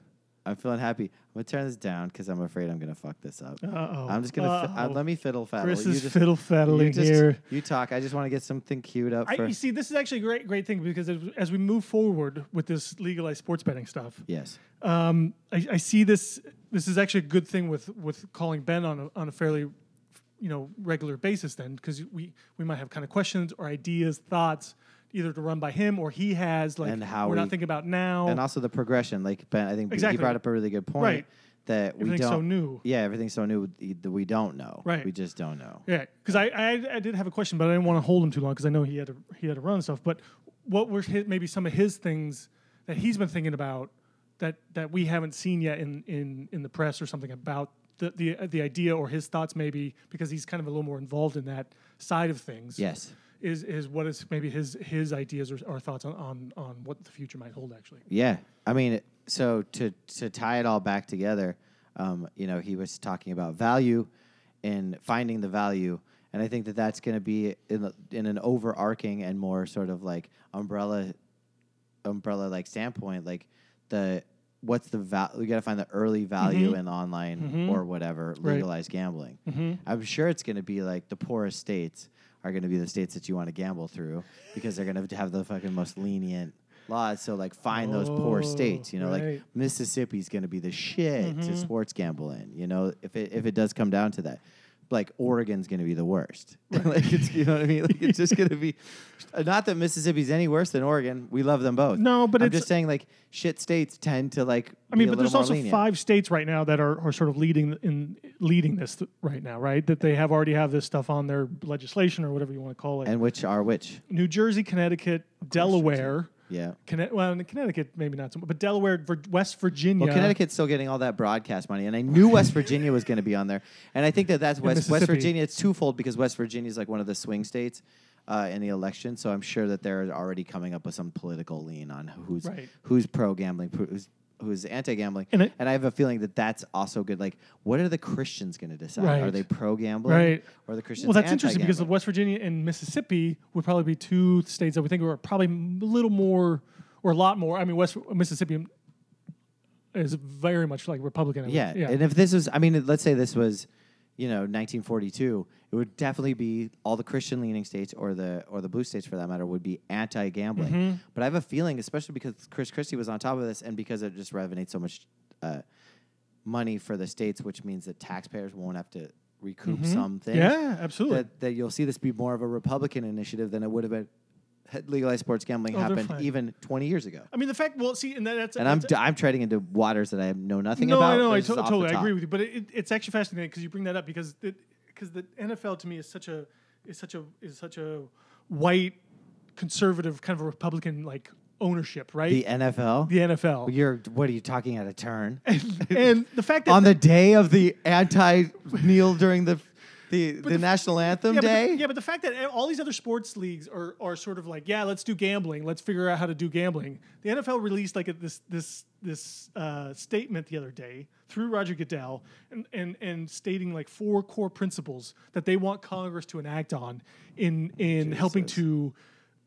Speaker 1: I'm feeling happy. I'm gonna turn this down because I'm afraid I'm gonna fuck this up.
Speaker 2: Uh oh.
Speaker 1: I'm just gonna fi- uh, let me fiddle faddle.
Speaker 2: Chris
Speaker 1: you
Speaker 2: is
Speaker 1: just,
Speaker 2: fiddle
Speaker 1: you
Speaker 2: faddling
Speaker 1: just-
Speaker 2: here.
Speaker 1: You talk. I just want to get something queued up
Speaker 2: I,
Speaker 1: for.
Speaker 2: you see, this is actually a great, great thing because as, as we move forward with this legalized sports betting stuff,
Speaker 1: yes.
Speaker 2: um, I, I see this. This is actually a good thing with with calling Ben on a, on a fairly, you know, regular basis. Then because we we might have kind of questions or ideas, thoughts, either to run by him or he has like
Speaker 1: And how
Speaker 2: we're
Speaker 1: we-
Speaker 2: not thinking about now.
Speaker 1: and also the progression. Like Ben, I think
Speaker 2: Oh. Exactly.
Speaker 1: he brought up a really good point
Speaker 2: Right.
Speaker 1: that we
Speaker 2: Everything's
Speaker 1: don't.
Speaker 2: so new.
Speaker 1: Yeah, everything's so new that we don't know.
Speaker 2: Right.
Speaker 1: We just don't know.
Speaker 2: Yeah, because I, I I did have a question, but I didn't want to hold him too long because I know he had to he had to run and stuff. But what were his, maybe some of his things that he's been thinking about that that we haven't seen yet in in in the press or something about the the the idea or his thoughts maybe because he's kind of a little more involved in that side of things.
Speaker 1: Yes.
Speaker 2: is is what is maybe his his ideas or, or thoughts on, on on what the future might hold actually.
Speaker 1: Yeah. I mean, so to to tie it all back together, um, you know, he was talking about value and finding the value, and I think that that's going to be in the, in an overarching and more sort of like umbrella umbrella like standpoint, like the what's the value? We got to find the early value in online or whatever legalized gambling. I'm sure it's going to be like the poorest states are going to be the states that you want to gamble through because they're going to have the fucking most lenient laws. So like find those
Speaker 2: Oh,
Speaker 1: poor states, you know,
Speaker 2: right. Mm-hmm.
Speaker 1: like Mississippi's going to be the shit to sports gambling, you know, if it, if it does come down to that. Like Oregon's going to be the worst. like it's you know what I mean. Like it's just going to be, not that Mississippi's any worse than Oregon. We love them both.
Speaker 2: No, but
Speaker 1: I'm
Speaker 2: it's-
Speaker 1: just saying like shit states tend to like.
Speaker 2: I
Speaker 1: be
Speaker 2: mean,
Speaker 1: a
Speaker 2: but
Speaker 1: little
Speaker 2: there's
Speaker 1: more
Speaker 2: also
Speaker 1: lenient.
Speaker 2: five states right now that are, are sort of leading in leading this th- right now, right? That they have already have this stuff on their legislation or whatever you want to call it.
Speaker 1: and which are which?
Speaker 2: New Jersey, Connecticut, Delaware,
Speaker 1: Yeah.
Speaker 2: Conne- well, in Connecticut maybe not so much, but Delaware, Vir- West Virginia,
Speaker 1: Well, Connecticut's still getting all that broadcast money, and I knew West Virginia was going to be on there. And I think that that's West, West
Speaker 2: Mississippi.
Speaker 1: Virginia. It's twofold because West Virginia is like one of the swing states uh, in the election, so I'm sure that they're already coming up with some political lean on who's
Speaker 2: Right.
Speaker 1: who's pro gambling, who's who's anti gambling.
Speaker 2: And I-
Speaker 1: I have a feeling that that's also good. Like, what are the Christians going to decide? Are
Speaker 2: Right.
Speaker 1: they pro gambling
Speaker 2: Right.
Speaker 1: or are the Christians?
Speaker 2: Well, that's interesting because
Speaker 1: anti-gambling?
Speaker 2: West Virginia and Mississippi would probably be two states that we think are probably a little more or a lot more. I mean, West Mississippi is very much like Republican. I would-
Speaker 1: Yeah. And if this was, I mean, let's say this was, you know, 1942, it would definitely be all the Christian leaning states or the or the blue states for that matter would be anti gambling.
Speaker 2: Mm-hmm.
Speaker 1: But I have a feeling, especially because Chris Christie was on top of this, and because it just revenates so much uh, money for the states, which means that taxpayers won't have to recoup some things.
Speaker 2: Mm-hmm. yeah, absolutely.
Speaker 1: That, that you'll see this be more of a Republican initiative than it would have been had legalized sports gambling
Speaker 2: Oh, they're
Speaker 1: happened
Speaker 2: fine.
Speaker 1: even 20 years ago.
Speaker 2: I mean, the fact. Well, see, and that, that's
Speaker 1: And I'm,
Speaker 2: that's-
Speaker 1: d- I'm treading into waters that I know nothing
Speaker 2: no,
Speaker 1: about.
Speaker 2: I know, I
Speaker 1: This
Speaker 2: to-
Speaker 1: is off the
Speaker 2: totally I
Speaker 1: top.
Speaker 2: agree with you. But it, it, it's actually fascinating because you bring that up because because the NFL to me is such a is such a is such a white conservative kind of a Republican like ownership, right?
Speaker 1: The NFL.
Speaker 2: The NFL
Speaker 1: You're what are you talking at a turn?
Speaker 2: and the fact that
Speaker 1: On the day of the anti kneel during the the, the, national anthem
Speaker 2: yeah, but
Speaker 1: day.
Speaker 2: the, yeah, but the fact that all these other sports leagues are are sort of like, yeah, let's do gambling. Let's figure out how to do gambling. The NFL released like a, this this this uh, statement the other day through Roger Goodell and, and and stating like four core principles that they want Congress to enact on in in helping to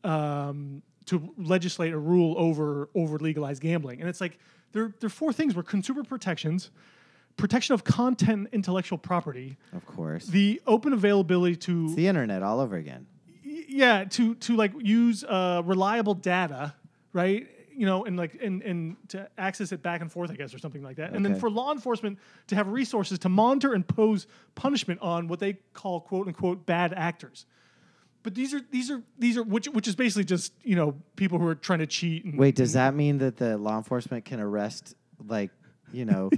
Speaker 2: um, to legislate a rule over over legalized gambling. And it's like there there are four things were consumer protections, protection of content, and intellectual property
Speaker 1: Of course,
Speaker 2: the open availability to
Speaker 1: the internet all over again.
Speaker 2: yeah to to like use uh, reliable data right you know and like and and to access it back and forth i guess or something like that and then
Speaker 1: Okay.
Speaker 2: for law enforcement to have resources to monitor and pose punishment on what they call quote unquote bad actors but these are these are these are which which is basically just you know people who are trying to cheat and
Speaker 1: Wait, does that mean that the law enforcement can arrest like you know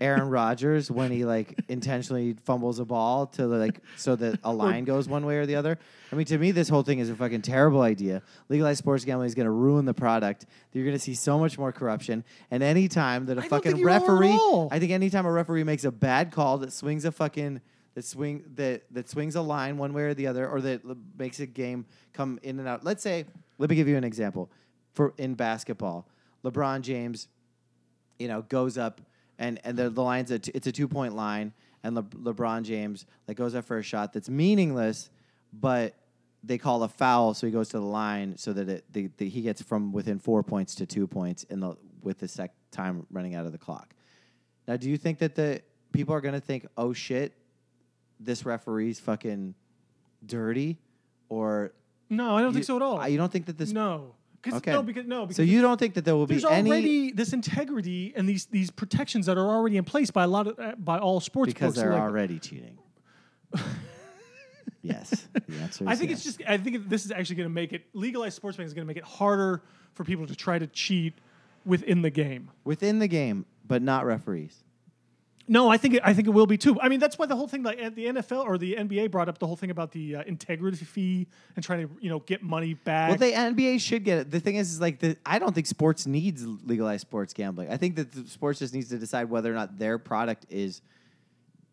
Speaker 1: Aaron Rodgers when he like intentionally fumbles a ball to like so that a line goes one way or the other? I mean, to me, this whole thing is a fucking terrible idea. Legalized sports gambling is going to ruin the product. You're going to see so much more corruption. And anytime that a
Speaker 2: don't think
Speaker 1: fucking
Speaker 2: you are at
Speaker 1: referee,
Speaker 2: all.
Speaker 1: I think anytime a referee makes a bad call that swings a fucking that swing that that swings a line one way or the other, or that l- makes a game come in and out. Let's say, let me give you an example. For in basketball, LeBron James, you know, goes up and and the, the line's a t- it's a two point line, and Le- LeBron James like goes up for a shot that's meaningless, but they call a foul, so he goes to the line so that it the, the, he gets from within four points to two points in the with the sec time running out of the clock. Now, do you think that the people are going to think, "Oh shit, this referee's fucking dirty," or
Speaker 2: No, I don't
Speaker 1: you-
Speaker 2: think so at all.
Speaker 1: You don't think that this?
Speaker 2: no. 'Cause-
Speaker 1: Okay.
Speaker 2: No, because no, because
Speaker 1: so you don't think that there will be
Speaker 2: there's
Speaker 1: any
Speaker 2: already this integrity and these these protections that are already in place by a lot of uh, by all sports
Speaker 1: because
Speaker 2: books.
Speaker 1: they're
Speaker 2: Like,
Speaker 1: already cheating. yes, the answer is
Speaker 2: I think
Speaker 1: yes.
Speaker 2: it's just I think this is actually going to make it legalized sports betting is going to make it harder for people to try to cheat within the game.
Speaker 1: within the game, but not referees.
Speaker 2: No, I think it, I think it will be too. I mean, that's why the whole thing like at the NFL or the NBA brought up the whole thing about the uh, integrity fee and trying to you know get money back.
Speaker 1: Well, the NBA should get it. The thing is, is like, the, I don't think sports needs legalized sports gambling. I think that the sports just needs to decide whether or not their product is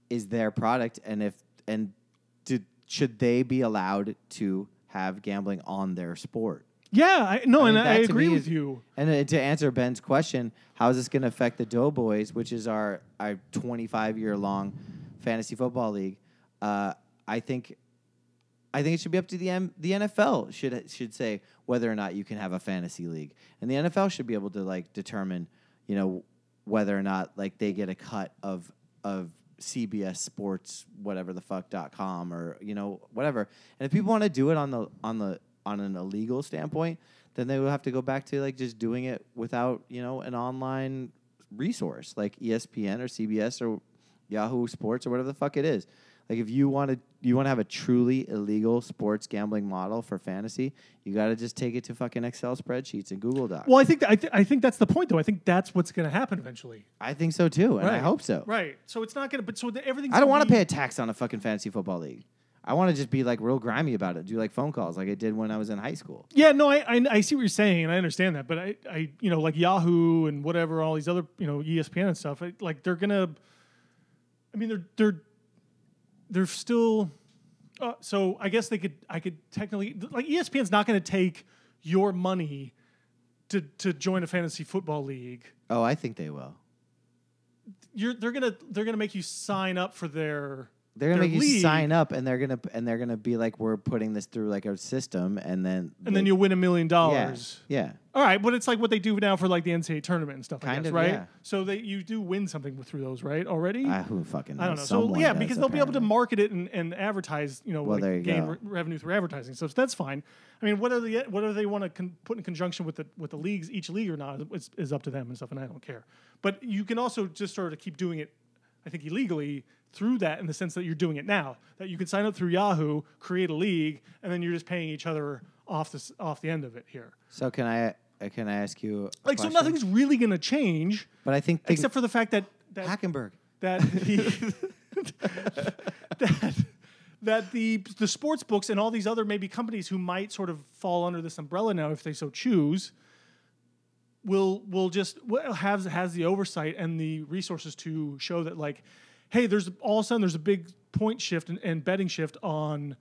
Speaker 1: is their product, and if and do, should they be allowed to have gambling on their sport.
Speaker 2: yeah, I, no,
Speaker 1: I mean,
Speaker 2: and I
Speaker 1: that to
Speaker 2: agree
Speaker 1: me
Speaker 2: with
Speaker 1: is-
Speaker 2: you.
Speaker 1: And uh, to answer Ben's question, how is this going to affect the Doughboys, which is our our 25 year long fantasy football league? Uh, I think. I think it should be up to the M- the NFL should should say whether or not you can have a fantasy league, and the NFL should be able to like determine, you know, whether or not like they get a cut of of CBS Sports whatever the fuck dot com or you know whatever. And if people want to do it on the on the on an illegal standpoint, then they will have to go back to like just doing it without you know an online resource like E ESPN or CBS or Yahoo Sports or whatever the fuck it is. Like if you want to you want to have a truly illegal sports gambling model for fantasy, you got to just take it to fucking Excel spreadsheets and Google Docs.
Speaker 2: Well, I think that, I, th- I think that's the point though. I think that's what's going to happen eventually.
Speaker 1: I think so too, and I
Speaker 2: Right.
Speaker 1: hope so.
Speaker 2: Right. So it's not going to. But so the, everything's.
Speaker 1: I don't
Speaker 2: going
Speaker 1: want to pay a tax on a fucking fantasy football league. I want to just be like real grimy about it, do like phone calls like I did when I was in high school.
Speaker 2: Yeah, no, I, I I see what you're saying, and I understand that. But I, I you know like Yahoo and whatever all these other you know E ESPN and stuff I, like they're gonna. I mean they're they're they're still. Uh, so I guess they could I could technically like E ESPN's not gonna take your money to to join a fantasy football league.
Speaker 1: Oh, I think they will.
Speaker 2: You're they're gonna they're gonna make you sign up for their.
Speaker 1: They're gonna
Speaker 2: their
Speaker 1: make you
Speaker 2: league,
Speaker 1: sign up, and they're gonna and they're gonna be like, we're putting this through like a system, and then
Speaker 2: and then you win a million
Speaker 1: yeah
Speaker 2: dollars.
Speaker 1: yeah
Speaker 2: All right, but it's like what they do now for like the NCAA tournament and stuff, I
Speaker 1: Kind
Speaker 2: guess,
Speaker 1: of,
Speaker 2: right?
Speaker 1: yeah.
Speaker 2: So they you do win something with- through those, right? Already,
Speaker 1: I, who fucking
Speaker 2: I don't know.
Speaker 1: knows?
Speaker 2: So
Speaker 1: Someone
Speaker 2: yeah,
Speaker 1: does,
Speaker 2: because they'll be able to
Speaker 1: apparently.
Speaker 2: market it and, and advertise, you know,
Speaker 1: Well,
Speaker 2: like,
Speaker 1: there you
Speaker 2: gain
Speaker 1: go.
Speaker 2: re- revenue through advertising. So that's fine. I mean, whether they whether they want to con- put in conjunction with the with the leagues, each league or not, is, is up to them and stuff, and I don't care. But you can also just sort of keep doing it, I think, illegally through that in the sense that you're doing it now. That you can sign up through Yahoo, create a league, and then you're just paying each other off the s- off the end of it here.
Speaker 1: So can I uh, can I ask you a
Speaker 2: Like
Speaker 1: question?
Speaker 2: so, nothing's really going to change
Speaker 1: But I think,
Speaker 2: except for the fact that that
Speaker 1: Hackenberg.
Speaker 2: that the, that that the the sports books and all these other maybe companies who might sort of fall under this umbrella now if they so choose will will just will have has the oversight and the resources to show that like hey there's all of a sudden there's a big point shift and, and betting shift on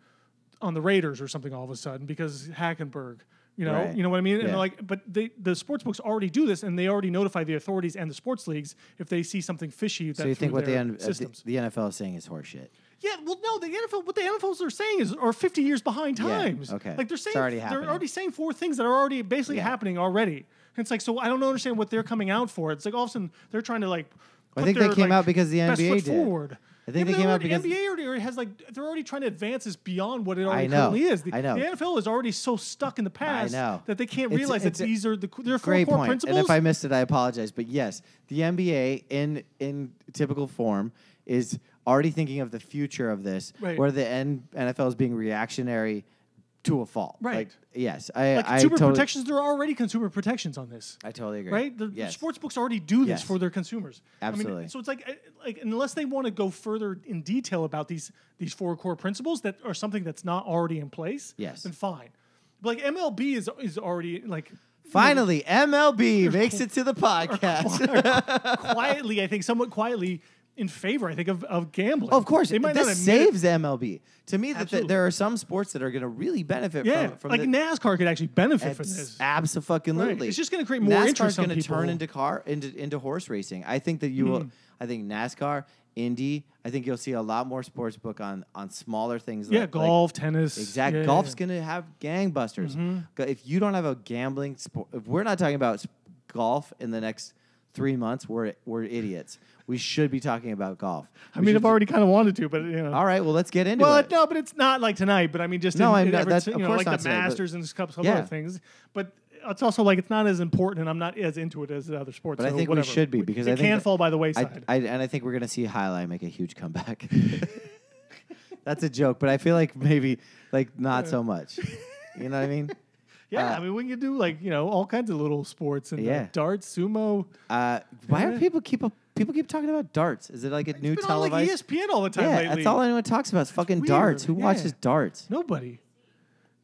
Speaker 2: on the Raiders or something all of a sudden because Hackenberg you know
Speaker 1: Right.
Speaker 2: you know what I mean and
Speaker 1: Yeah.
Speaker 2: they're like but they the sports books already do this and they already notify the authorities and the sports leagues if they see something fishy that
Speaker 1: So you think
Speaker 2: through
Speaker 1: what the,
Speaker 2: their
Speaker 1: N- uh, the,
Speaker 2: systems
Speaker 1: the NFL is saying is horseshit?
Speaker 2: yeah, well, no, the NFL. What the NFLs are saying is are fifty years behind
Speaker 1: Yeah,
Speaker 2: times.
Speaker 1: okay.
Speaker 2: like they're
Speaker 1: It's
Speaker 2: saying
Speaker 1: already happening.
Speaker 2: they're already saying four things that are already basically
Speaker 1: Yeah.
Speaker 2: happening already. And it's like so I don't understand what they're coming out for. It's like all of a sudden they're trying to like.
Speaker 1: I
Speaker 2: put
Speaker 1: think they
Speaker 2: their,
Speaker 1: came
Speaker 2: like,
Speaker 1: out because the
Speaker 2: best
Speaker 1: NBA
Speaker 2: foot
Speaker 1: did.
Speaker 2: forward.
Speaker 1: I think they
Speaker 2: Yeah, but
Speaker 1: came out
Speaker 2: already-
Speaker 1: because-
Speaker 2: NBA already- already has like they're already trying to advance this beyond what it already
Speaker 1: know.
Speaker 2: currently is. The,
Speaker 1: I know.
Speaker 2: the NFL is already so stuck in the past
Speaker 1: know.
Speaker 2: that they can't
Speaker 1: It's-
Speaker 2: realize
Speaker 1: it's a
Speaker 2: that these are the their four
Speaker 1: Great
Speaker 2: core
Speaker 1: point.
Speaker 2: principles.
Speaker 1: And if I missed it, I apologize. But yes, the NBA in in typical form is already thinking of the future of this,
Speaker 2: Right.
Speaker 1: where the N- NFL is being reactionary to a fault.
Speaker 2: Right.
Speaker 1: Like, yes, I
Speaker 2: like
Speaker 1: I
Speaker 2: consumer
Speaker 1: totally,
Speaker 2: protections, there are already consumer protections on this.
Speaker 1: I totally agree.
Speaker 2: right? The the
Speaker 1: yes.
Speaker 2: sports books already do this
Speaker 1: Yes.
Speaker 2: for their consumers. I mean,
Speaker 1: Absolutely.
Speaker 2: so it's like, I- like unless they want to go further in detail about these these four core principles that are something that's not already in place,
Speaker 1: Yes.
Speaker 2: then fine. But like MLB is is already like
Speaker 1: Finally, MLB makes it to the podcast.
Speaker 2: quietly, I think somewhat quietly in favor, I think, of, of gambling.
Speaker 1: Of course,
Speaker 2: they might
Speaker 1: this
Speaker 2: not admit it.
Speaker 1: saves MLB. To me, that th-
Speaker 2: Absolutely.
Speaker 1: there are some sports that are going to really benefit
Speaker 2: Yeah,
Speaker 1: from, from
Speaker 2: like
Speaker 1: the,
Speaker 2: NASCAR could actually benefit from this.
Speaker 1: Absolutely,
Speaker 2: Right. It's just gonna create more interest
Speaker 1: going
Speaker 2: on
Speaker 1: to turn
Speaker 2: people. Hmm.
Speaker 1: into car into into horse racing. I think that you will. I think NASCAR, Indy. I think you'll see a lot more sports book on on smaller things.
Speaker 2: Yeah,
Speaker 1: like, like-
Speaker 2: golf, tennis.
Speaker 1: Exact.
Speaker 2: yeah, yeah,
Speaker 1: Golf's
Speaker 2: yeah. Mm-hmm.
Speaker 1: gonna have gangbusters. Go- If you don't have a gambling sport, if we're not talking about s- golf in the next three months, we're we're idiots. We should be talking about golf. We
Speaker 2: I mean,
Speaker 1: should
Speaker 2: I've
Speaker 1: be-
Speaker 2: already kind of wanted to, but you know.
Speaker 1: All right. Well, let's get into
Speaker 2: Well,
Speaker 1: it.
Speaker 2: no, but it's not like tonight. But I mean, just
Speaker 1: No,
Speaker 2: in,
Speaker 1: I'm
Speaker 2: in
Speaker 1: not-
Speaker 2: every-
Speaker 1: that's-
Speaker 2: you
Speaker 1: of
Speaker 2: know,
Speaker 1: course
Speaker 2: like
Speaker 1: not
Speaker 2: the
Speaker 1: tonight, but-
Speaker 2: Masters and a couple
Speaker 1: Yeah.
Speaker 2: other things. But it's also like it's not as important, and I'm not as into it as other sports.
Speaker 1: But I
Speaker 2: so
Speaker 1: think
Speaker 2: whatever.
Speaker 1: we should be because
Speaker 2: it
Speaker 1: I think
Speaker 2: can
Speaker 1: that-
Speaker 2: fall by the
Speaker 1: I-
Speaker 2: wayside.
Speaker 1: I, and I think we're gonna see Highline make a huge comeback. That's a joke, but I feel like maybe like not so much. You know what I mean?
Speaker 2: yeah,
Speaker 1: uh,
Speaker 2: I mean, we can do like you know all kinds of little sports and uh,
Speaker 1: Yeah.
Speaker 2: darts, sumo.
Speaker 1: Uh, why
Speaker 2: Yeah.
Speaker 1: are people keep a, people keep talking about darts? Is it like a new
Speaker 2: It's been on, like, E
Speaker 1: televised?
Speaker 2: ESPN all the time
Speaker 1: yeah,
Speaker 2: lately.
Speaker 1: that's all anyone talks about. Is fucking
Speaker 2: weird,
Speaker 1: darts. Who
Speaker 2: yeah.
Speaker 1: watches darts?
Speaker 2: Nobody.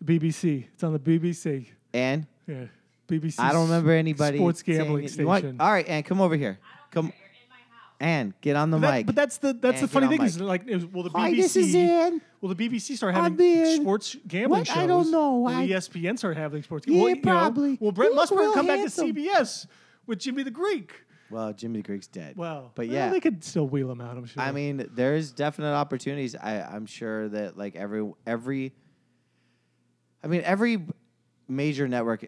Speaker 2: BBC. It's on the BBC.
Speaker 1: And
Speaker 2: Yeah. BBC.
Speaker 1: I don't remember anybody.
Speaker 2: Sports
Speaker 1: saying
Speaker 2: gambling
Speaker 1: it. You want-
Speaker 2: station.
Speaker 1: all right, Ann, come over here. Come,
Speaker 3: You're in my house.
Speaker 1: Ann, get on the
Speaker 2: That-
Speaker 1: mic.
Speaker 2: but that's the that's the
Speaker 1: And get
Speaker 2: funny
Speaker 1: on
Speaker 2: thing
Speaker 1: mic.
Speaker 2: is like is, will the BBC
Speaker 1: Hi, this is Ann.
Speaker 2: will the BBC start
Speaker 1: I'm
Speaker 2: having
Speaker 1: being-
Speaker 2: sports gambling
Speaker 1: what?
Speaker 2: shows? E
Speaker 1: I don't know.
Speaker 2: Will
Speaker 1: I-
Speaker 2: ESPN start having sports?
Speaker 1: Yeah,
Speaker 2: well, you know,
Speaker 1: probably.
Speaker 2: will Brett
Speaker 1: Look,
Speaker 2: Musburger
Speaker 1: Will
Speaker 2: come
Speaker 1: Handsome.
Speaker 2: back to CBS with Jimmy the Greek?
Speaker 1: Well, Jimmy the Greek's dead.
Speaker 2: Wow.
Speaker 1: but
Speaker 2: Well, eh,
Speaker 1: yeah,
Speaker 2: they could still wheel him out. I'm sure.
Speaker 1: I mean, there's definite opportunities. I, I'm sure that like every every, I mean every major network,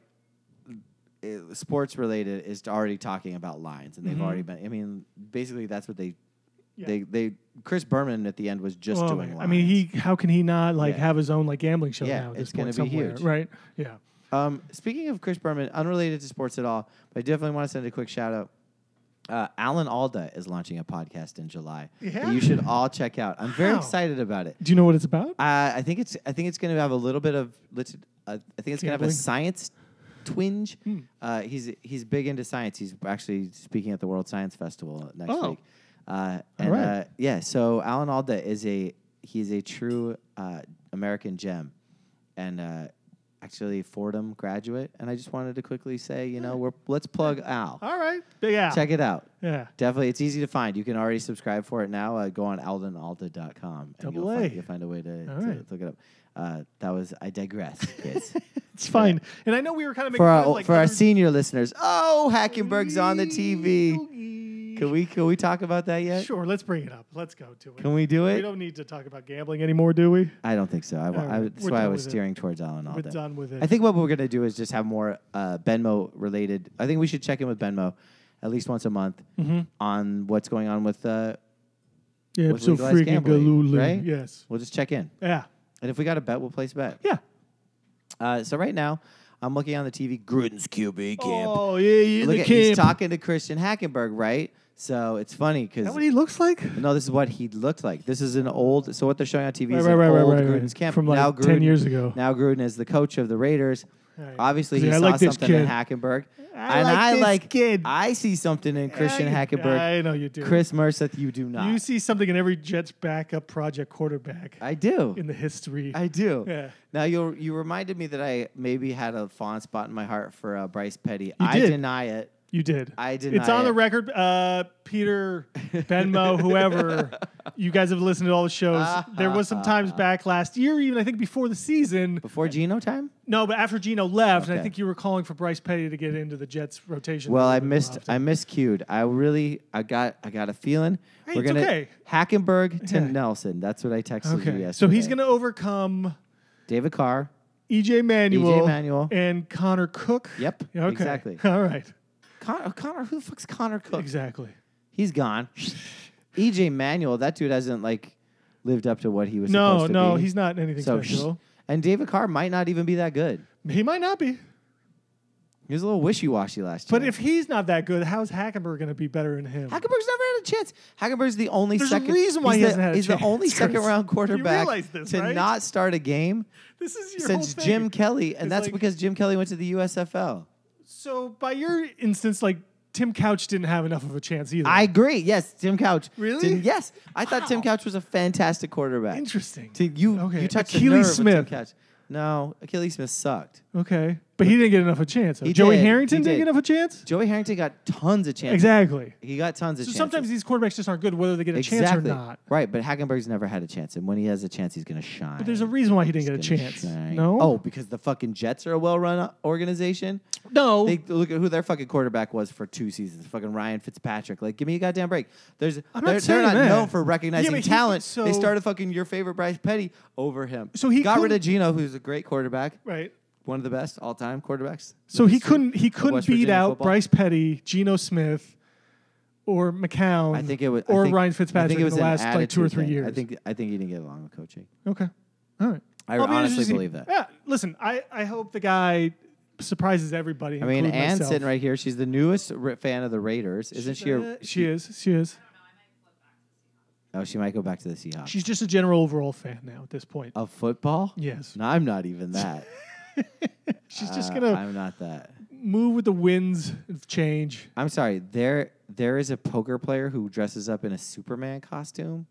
Speaker 1: eh, sports related is already talking about lines, and they've already been. I mean, basically that's what they,
Speaker 2: Mm-hmm. Yeah.
Speaker 1: they they Chris Berman at the end was just
Speaker 2: Oh,
Speaker 1: doing.
Speaker 2: man.
Speaker 1: Lines.
Speaker 2: I mean, he how can he not like
Speaker 1: Yeah.
Speaker 2: have his own like gambling show
Speaker 1: Yeah,
Speaker 2: now? At this
Speaker 1: it's gonna
Speaker 2: point
Speaker 1: be
Speaker 2: somewhere,
Speaker 1: huge.
Speaker 2: right? Yeah.
Speaker 1: Um, speaking of Chris Berman, unrelated to sports at all, but I definitely want to send a quick shout out. Uh, Alan Alda is launching a podcast in July
Speaker 2: Yeah?
Speaker 1: that you should all check out. I'm very
Speaker 2: Wow.
Speaker 1: excited about it.
Speaker 2: Do you know what it's about?
Speaker 1: Uh, I think it's I think it's going to have a little bit of lit- uh, I think it's going to have
Speaker 2: Gambling?
Speaker 1: a science twinge.
Speaker 2: Hmm.
Speaker 1: Uh, he's he's big into science. He's actually speaking at the World Science Festival next
Speaker 2: Oh.
Speaker 1: week. Uh, and
Speaker 2: right.
Speaker 1: uh, yeah, so Alan Alda is a he's a true uh, American gem, and uh, actually Fordham graduate. And I just wanted to quickly say, you know, we're let's plug Al.
Speaker 2: all right. Big Al.
Speaker 1: Check it out.
Speaker 2: Yeah.
Speaker 1: Definitely, it's easy to find. You can already subscribe for it now. Uh, go on aldenalda.com and
Speaker 2: Double
Speaker 1: you'll
Speaker 2: A.
Speaker 1: find, you'll find a way to, to
Speaker 2: All right.
Speaker 1: look it up. Uh, that was I digress, Chris.
Speaker 2: It's fine. And I know we were kind of making
Speaker 1: for
Speaker 2: fun
Speaker 1: our
Speaker 2: of, like
Speaker 1: for our
Speaker 2: other-
Speaker 1: senior listeners, oh Hackenberg's on the TV. Can we can we talk about that yet?
Speaker 2: Sure, let's bring it up. Let's go to it.
Speaker 1: Can we do
Speaker 2: We
Speaker 1: it?
Speaker 2: don't need to talk about gambling anymore, do we?
Speaker 1: I don't think so. I, wa-
Speaker 2: All
Speaker 1: I,
Speaker 2: right.
Speaker 1: that's
Speaker 2: We're
Speaker 1: why I
Speaker 2: done
Speaker 1: was
Speaker 2: with it.
Speaker 1: steering towards Alan Alda.
Speaker 2: We're done with it.
Speaker 1: I think what we're gonna do is just have more uh, Benmo related. I think we should check in with Benmo at least once a month
Speaker 2: Mm-hmm.
Speaker 1: on what's going on with. Uh,
Speaker 2: yeah,
Speaker 1: was legalized gambling,
Speaker 2: galooly.
Speaker 1: right?
Speaker 2: Yes.
Speaker 1: we'll just check in,
Speaker 2: Yeah.
Speaker 1: and if we got a bet, we'll place a bet.
Speaker 2: Yeah.
Speaker 1: Uh, so right now, I'm looking on the TV. Gruden's QB camp.
Speaker 2: Oh yeah, yeah.
Speaker 1: Look
Speaker 2: the
Speaker 1: at,
Speaker 2: camp.
Speaker 1: he's talking to Christian Hackenberg, right? So it's funny
Speaker 2: Is
Speaker 1: because
Speaker 2: that what he looks like?
Speaker 1: no, this is what he looked like. This is an old. So what they're showing on TV is
Speaker 2: Right,
Speaker 1: an
Speaker 2: right, right,
Speaker 1: old
Speaker 2: right, right.
Speaker 1: Gruden's camp
Speaker 2: From, like,
Speaker 1: now
Speaker 2: 10
Speaker 1: Gruden-
Speaker 2: years ago.
Speaker 1: Now Gruden is the coach of the Raiders.
Speaker 2: Right.
Speaker 1: Obviously, he
Speaker 2: Yeah, I
Speaker 1: saw
Speaker 2: like this
Speaker 1: something in
Speaker 2: kid.
Speaker 1: Hackenberg,
Speaker 2: I
Speaker 1: and
Speaker 2: like
Speaker 1: I
Speaker 2: this
Speaker 1: like
Speaker 2: kid.
Speaker 1: I see something in Christian
Speaker 2: Yeah,
Speaker 1: Hackenberg.
Speaker 2: I know you do.
Speaker 1: Chris Merseth, you do not.
Speaker 2: you see something in every Jets backup project quarterback
Speaker 1: I do.
Speaker 2: in the history.
Speaker 1: I do.
Speaker 2: Yeah.
Speaker 1: Now you you reminded me that I maybe had a fond spot in my heart for uh, Bryce Petty. I
Speaker 2: did.
Speaker 1: deny it.
Speaker 2: you did.
Speaker 1: I
Speaker 2: It's
Speaker 1: deny
Speaker 2: on
Speaker 1: it.
Speaker 2: the record. Uh, Peter, Benmo, whoever, you guys have listened to all the shows. There was some times back last year, even I think before the season,
Speaker 1: Before Geno time?
Speaker 2: No, but after Gino left, and I
Speaker 1: Okay.
Speaker 2: think you were calling for Bryce Petty to get into the Jets rotation.
Speaker 1: Well, I
Speaker 2: a little bit more
Speaker 1: missed.
Speaker 2: often.
Speaker 1: I miscued. I really. I got. I got a feeling.
Speaker 2: Hey,
Speaker 1: We're
Speaker 2: it's
Speaker 1: gonna
Speaker 2: okay.
Speaker 1: Hackenberg to
Speaker 2: Yeah.
Speaker 1: Nelson. That's what I texted you
Speaker 2: Okay,
Speaker 1: yesterday.
Speaker 2: so he's going to overcome
Speaker 1: David Carr.
Speaker 2: EJ E Manuel,
Speaker 1: E Manuel.
Speaker 2: and Connor Cook.
Speaker 1: Yep,
Speaker 2: Okay.
Speaker 1: exactly.
Speaker 2: All right.
Speaker 1: Connor, oh, Connor. Who the fuck's Connor Cook?
Speaker 2: Exactly.
Speaker 1: He's gone. EJ Manuel. That dude hasn't like lived up to what he was.
Speaker 2: No,
Speaker 1: supposed to
Speaker 2: no,
Speaker 1: be.
Speaker 2: he's not anything
Speaker 1: so.
Speaker 2: special.
Speaker 1: And David Carr might not even be that good.
Speaker 2: He might not be,
Speaker 1: He was a little wishy washy last year.
Speaker 2: but if he's not that good, how's Hackenberg going to be better than him?
Speaker 1: Hackenberg's never had a chance. Hackenberg's the only
Speaker 2: There's a
Speaker 1: second.
Speaker 2: reason why
Speaker 1: he's
Speaker 2: he
Speaker 1: the-
Speaker 2: hasn't had a
Speaker 1: He's
Speaker 2: chance,
Speaker 1: the only
Speaker 2: Chris.
Speaker 1: second round
Speaker 2: You
Speaker 1: quarterback
Speaker 2: realize this,
Speaker 1: to
Speaker 2: right?
Speaker 1: not start a game.
Speaker 2: This is your whole
Speaker 1: since
Speaker 2: thing.
Speaker 1: Jim Kelly, and
Speaker 2: It's
Speaker 1: that's
Speaker 2: like-
Speaker 1: because Jim Kelly went to the USFL.
Speaker 2: So by your instance, like Tim Couch didn't have enough of a chance either.
Speaker 1: I agree. Yes, Tim Couch.
Speaker 2: Really?
Speaker 1: Didn't- yes, I thought Tim
Speaker 2: Wow.
Speaker 1: Couch was a fantastic quarterback.
Speaker 2: interesting.
Speaker 1: To you,
Speaker 2: Okay,
Speaker 1: you touched
Speaker 2: Akili
Speaker 1: the nerve with Tim
Speaker 2: Smith.
Speaker 1: Couch. No, Achilles Smith sucked.
Speaker 2: Okay. But he didn't get enough of a chance.
Speaker 1: He
Speaker 2: Joey
Speaker 1: did.
Speaker 2: Harrington
Speaker 1: He
Speaker 2: didn't
Speaker 1: did.
Speaker 2: get enough of a chance.
Speaker 1: Joey Harrington got tons of chances.
Speaker 2: Exactly.
Speaker 1: He got tons of
Speaker 2: So
Speaker 1: chances.
Speaker 2: sometimes these quarterbacks just aren't good, whether they get a chance or
Speaker 1: exactly.
Speaker 2: not.
Speaker 1: Right, but Hackenberg's never had a chance, and when he has a chance, he's gonna shine.
Speaker 2: But there's a reason why he didn't get a
Speaker 1: He's gonna
Speaker 2: chance.
Speaker 1: shine.
Speaker 2: No.
Speaker 1: Oh, because the fucking Jets are a well-run organization.
Speaker 2: no.
Speaker 1: They look at who their fucking quarterback was for two seasons. Fucking Ryan Fitzpatrick. Like, give me a goddamn break. There's
Speaker 2: not
Speaker 1: they're,
Speaker 2: saying
Speaker 1: they're not
Speaker 2: that.
Speaker 1: known
Speaker 2: Yeah,
Speaker 1: for recognizing
Speaker 2: but he-
Speaker 1: talent.
Speaker 2: so-
Speaker 1: they started fucking your favorite Bryce Petty over him.
Speaker 2: So he
Speaker 1: got rid
Speaker 2: couldn't-
Speaker 1: of Gino, who's a great quarterback,
Speaker 2: right.
Speaker 1: one of the best all-time quarterbacks.
Speaker 2: So he couldn't he couldn't
Speaker 1: West
Speaker 2: beat
Speaker 1: Virginia
Speaker 2: out
Speaker 1: football.
Speaker 2: Bryce Petty, Geno Smith, or McCown.
Speaker 1: I think it was I
Speaker 2: or
Speaker 1: think-
Speaker 2: Ryan
Speaker 1: I
Speaker 2: Fitzpatrick
Speaker 1: think it was
Speaker 2: in the
Speaker 1: an
Speaker 2: last like two or
Speaker 1: attitude
Speaker 2: three
Speaker 1: thing.
Speaker 2: years.
Speaker 1: I think I think he didn't get along with coaching.
Speaker 2: Okay. All right.
Speaker 1: I
Speaker 2: I'll be interested
Speaker 1: honestly
Speaker 2: to see-
Speaker 1: believe that.
Speaker 2: Yeah. Listen, I, I hope the guy surprises everybody.
Speaker 1: I mean,
Speaker 2: including
Speaker 1: Anne's
Speaker 2: myself.
Speaker 1: sitting right here. She's the newest r- fan of the Raiders, isn't she?
Speaker 2: Uh,
Speaker 1: A,
Speaker 2: she is. She is.
Speaker 1: oh, she might go back to the Seahawks.
Speaker 2: She's just a general overall fan now at this point.
Speaker 1: of football?
Speaker 2: Yes.
Speaker 1: No, I'm not even that.
Speaker 2: She's just
Speaker 1: Uh,
Speaker 2: gonna
Speaker 1: I'm not that.
Speaker 2: move with the winds of change.
Speaker 1: I'm sorry. There, there is a poker player who dresses up in a Superman costume.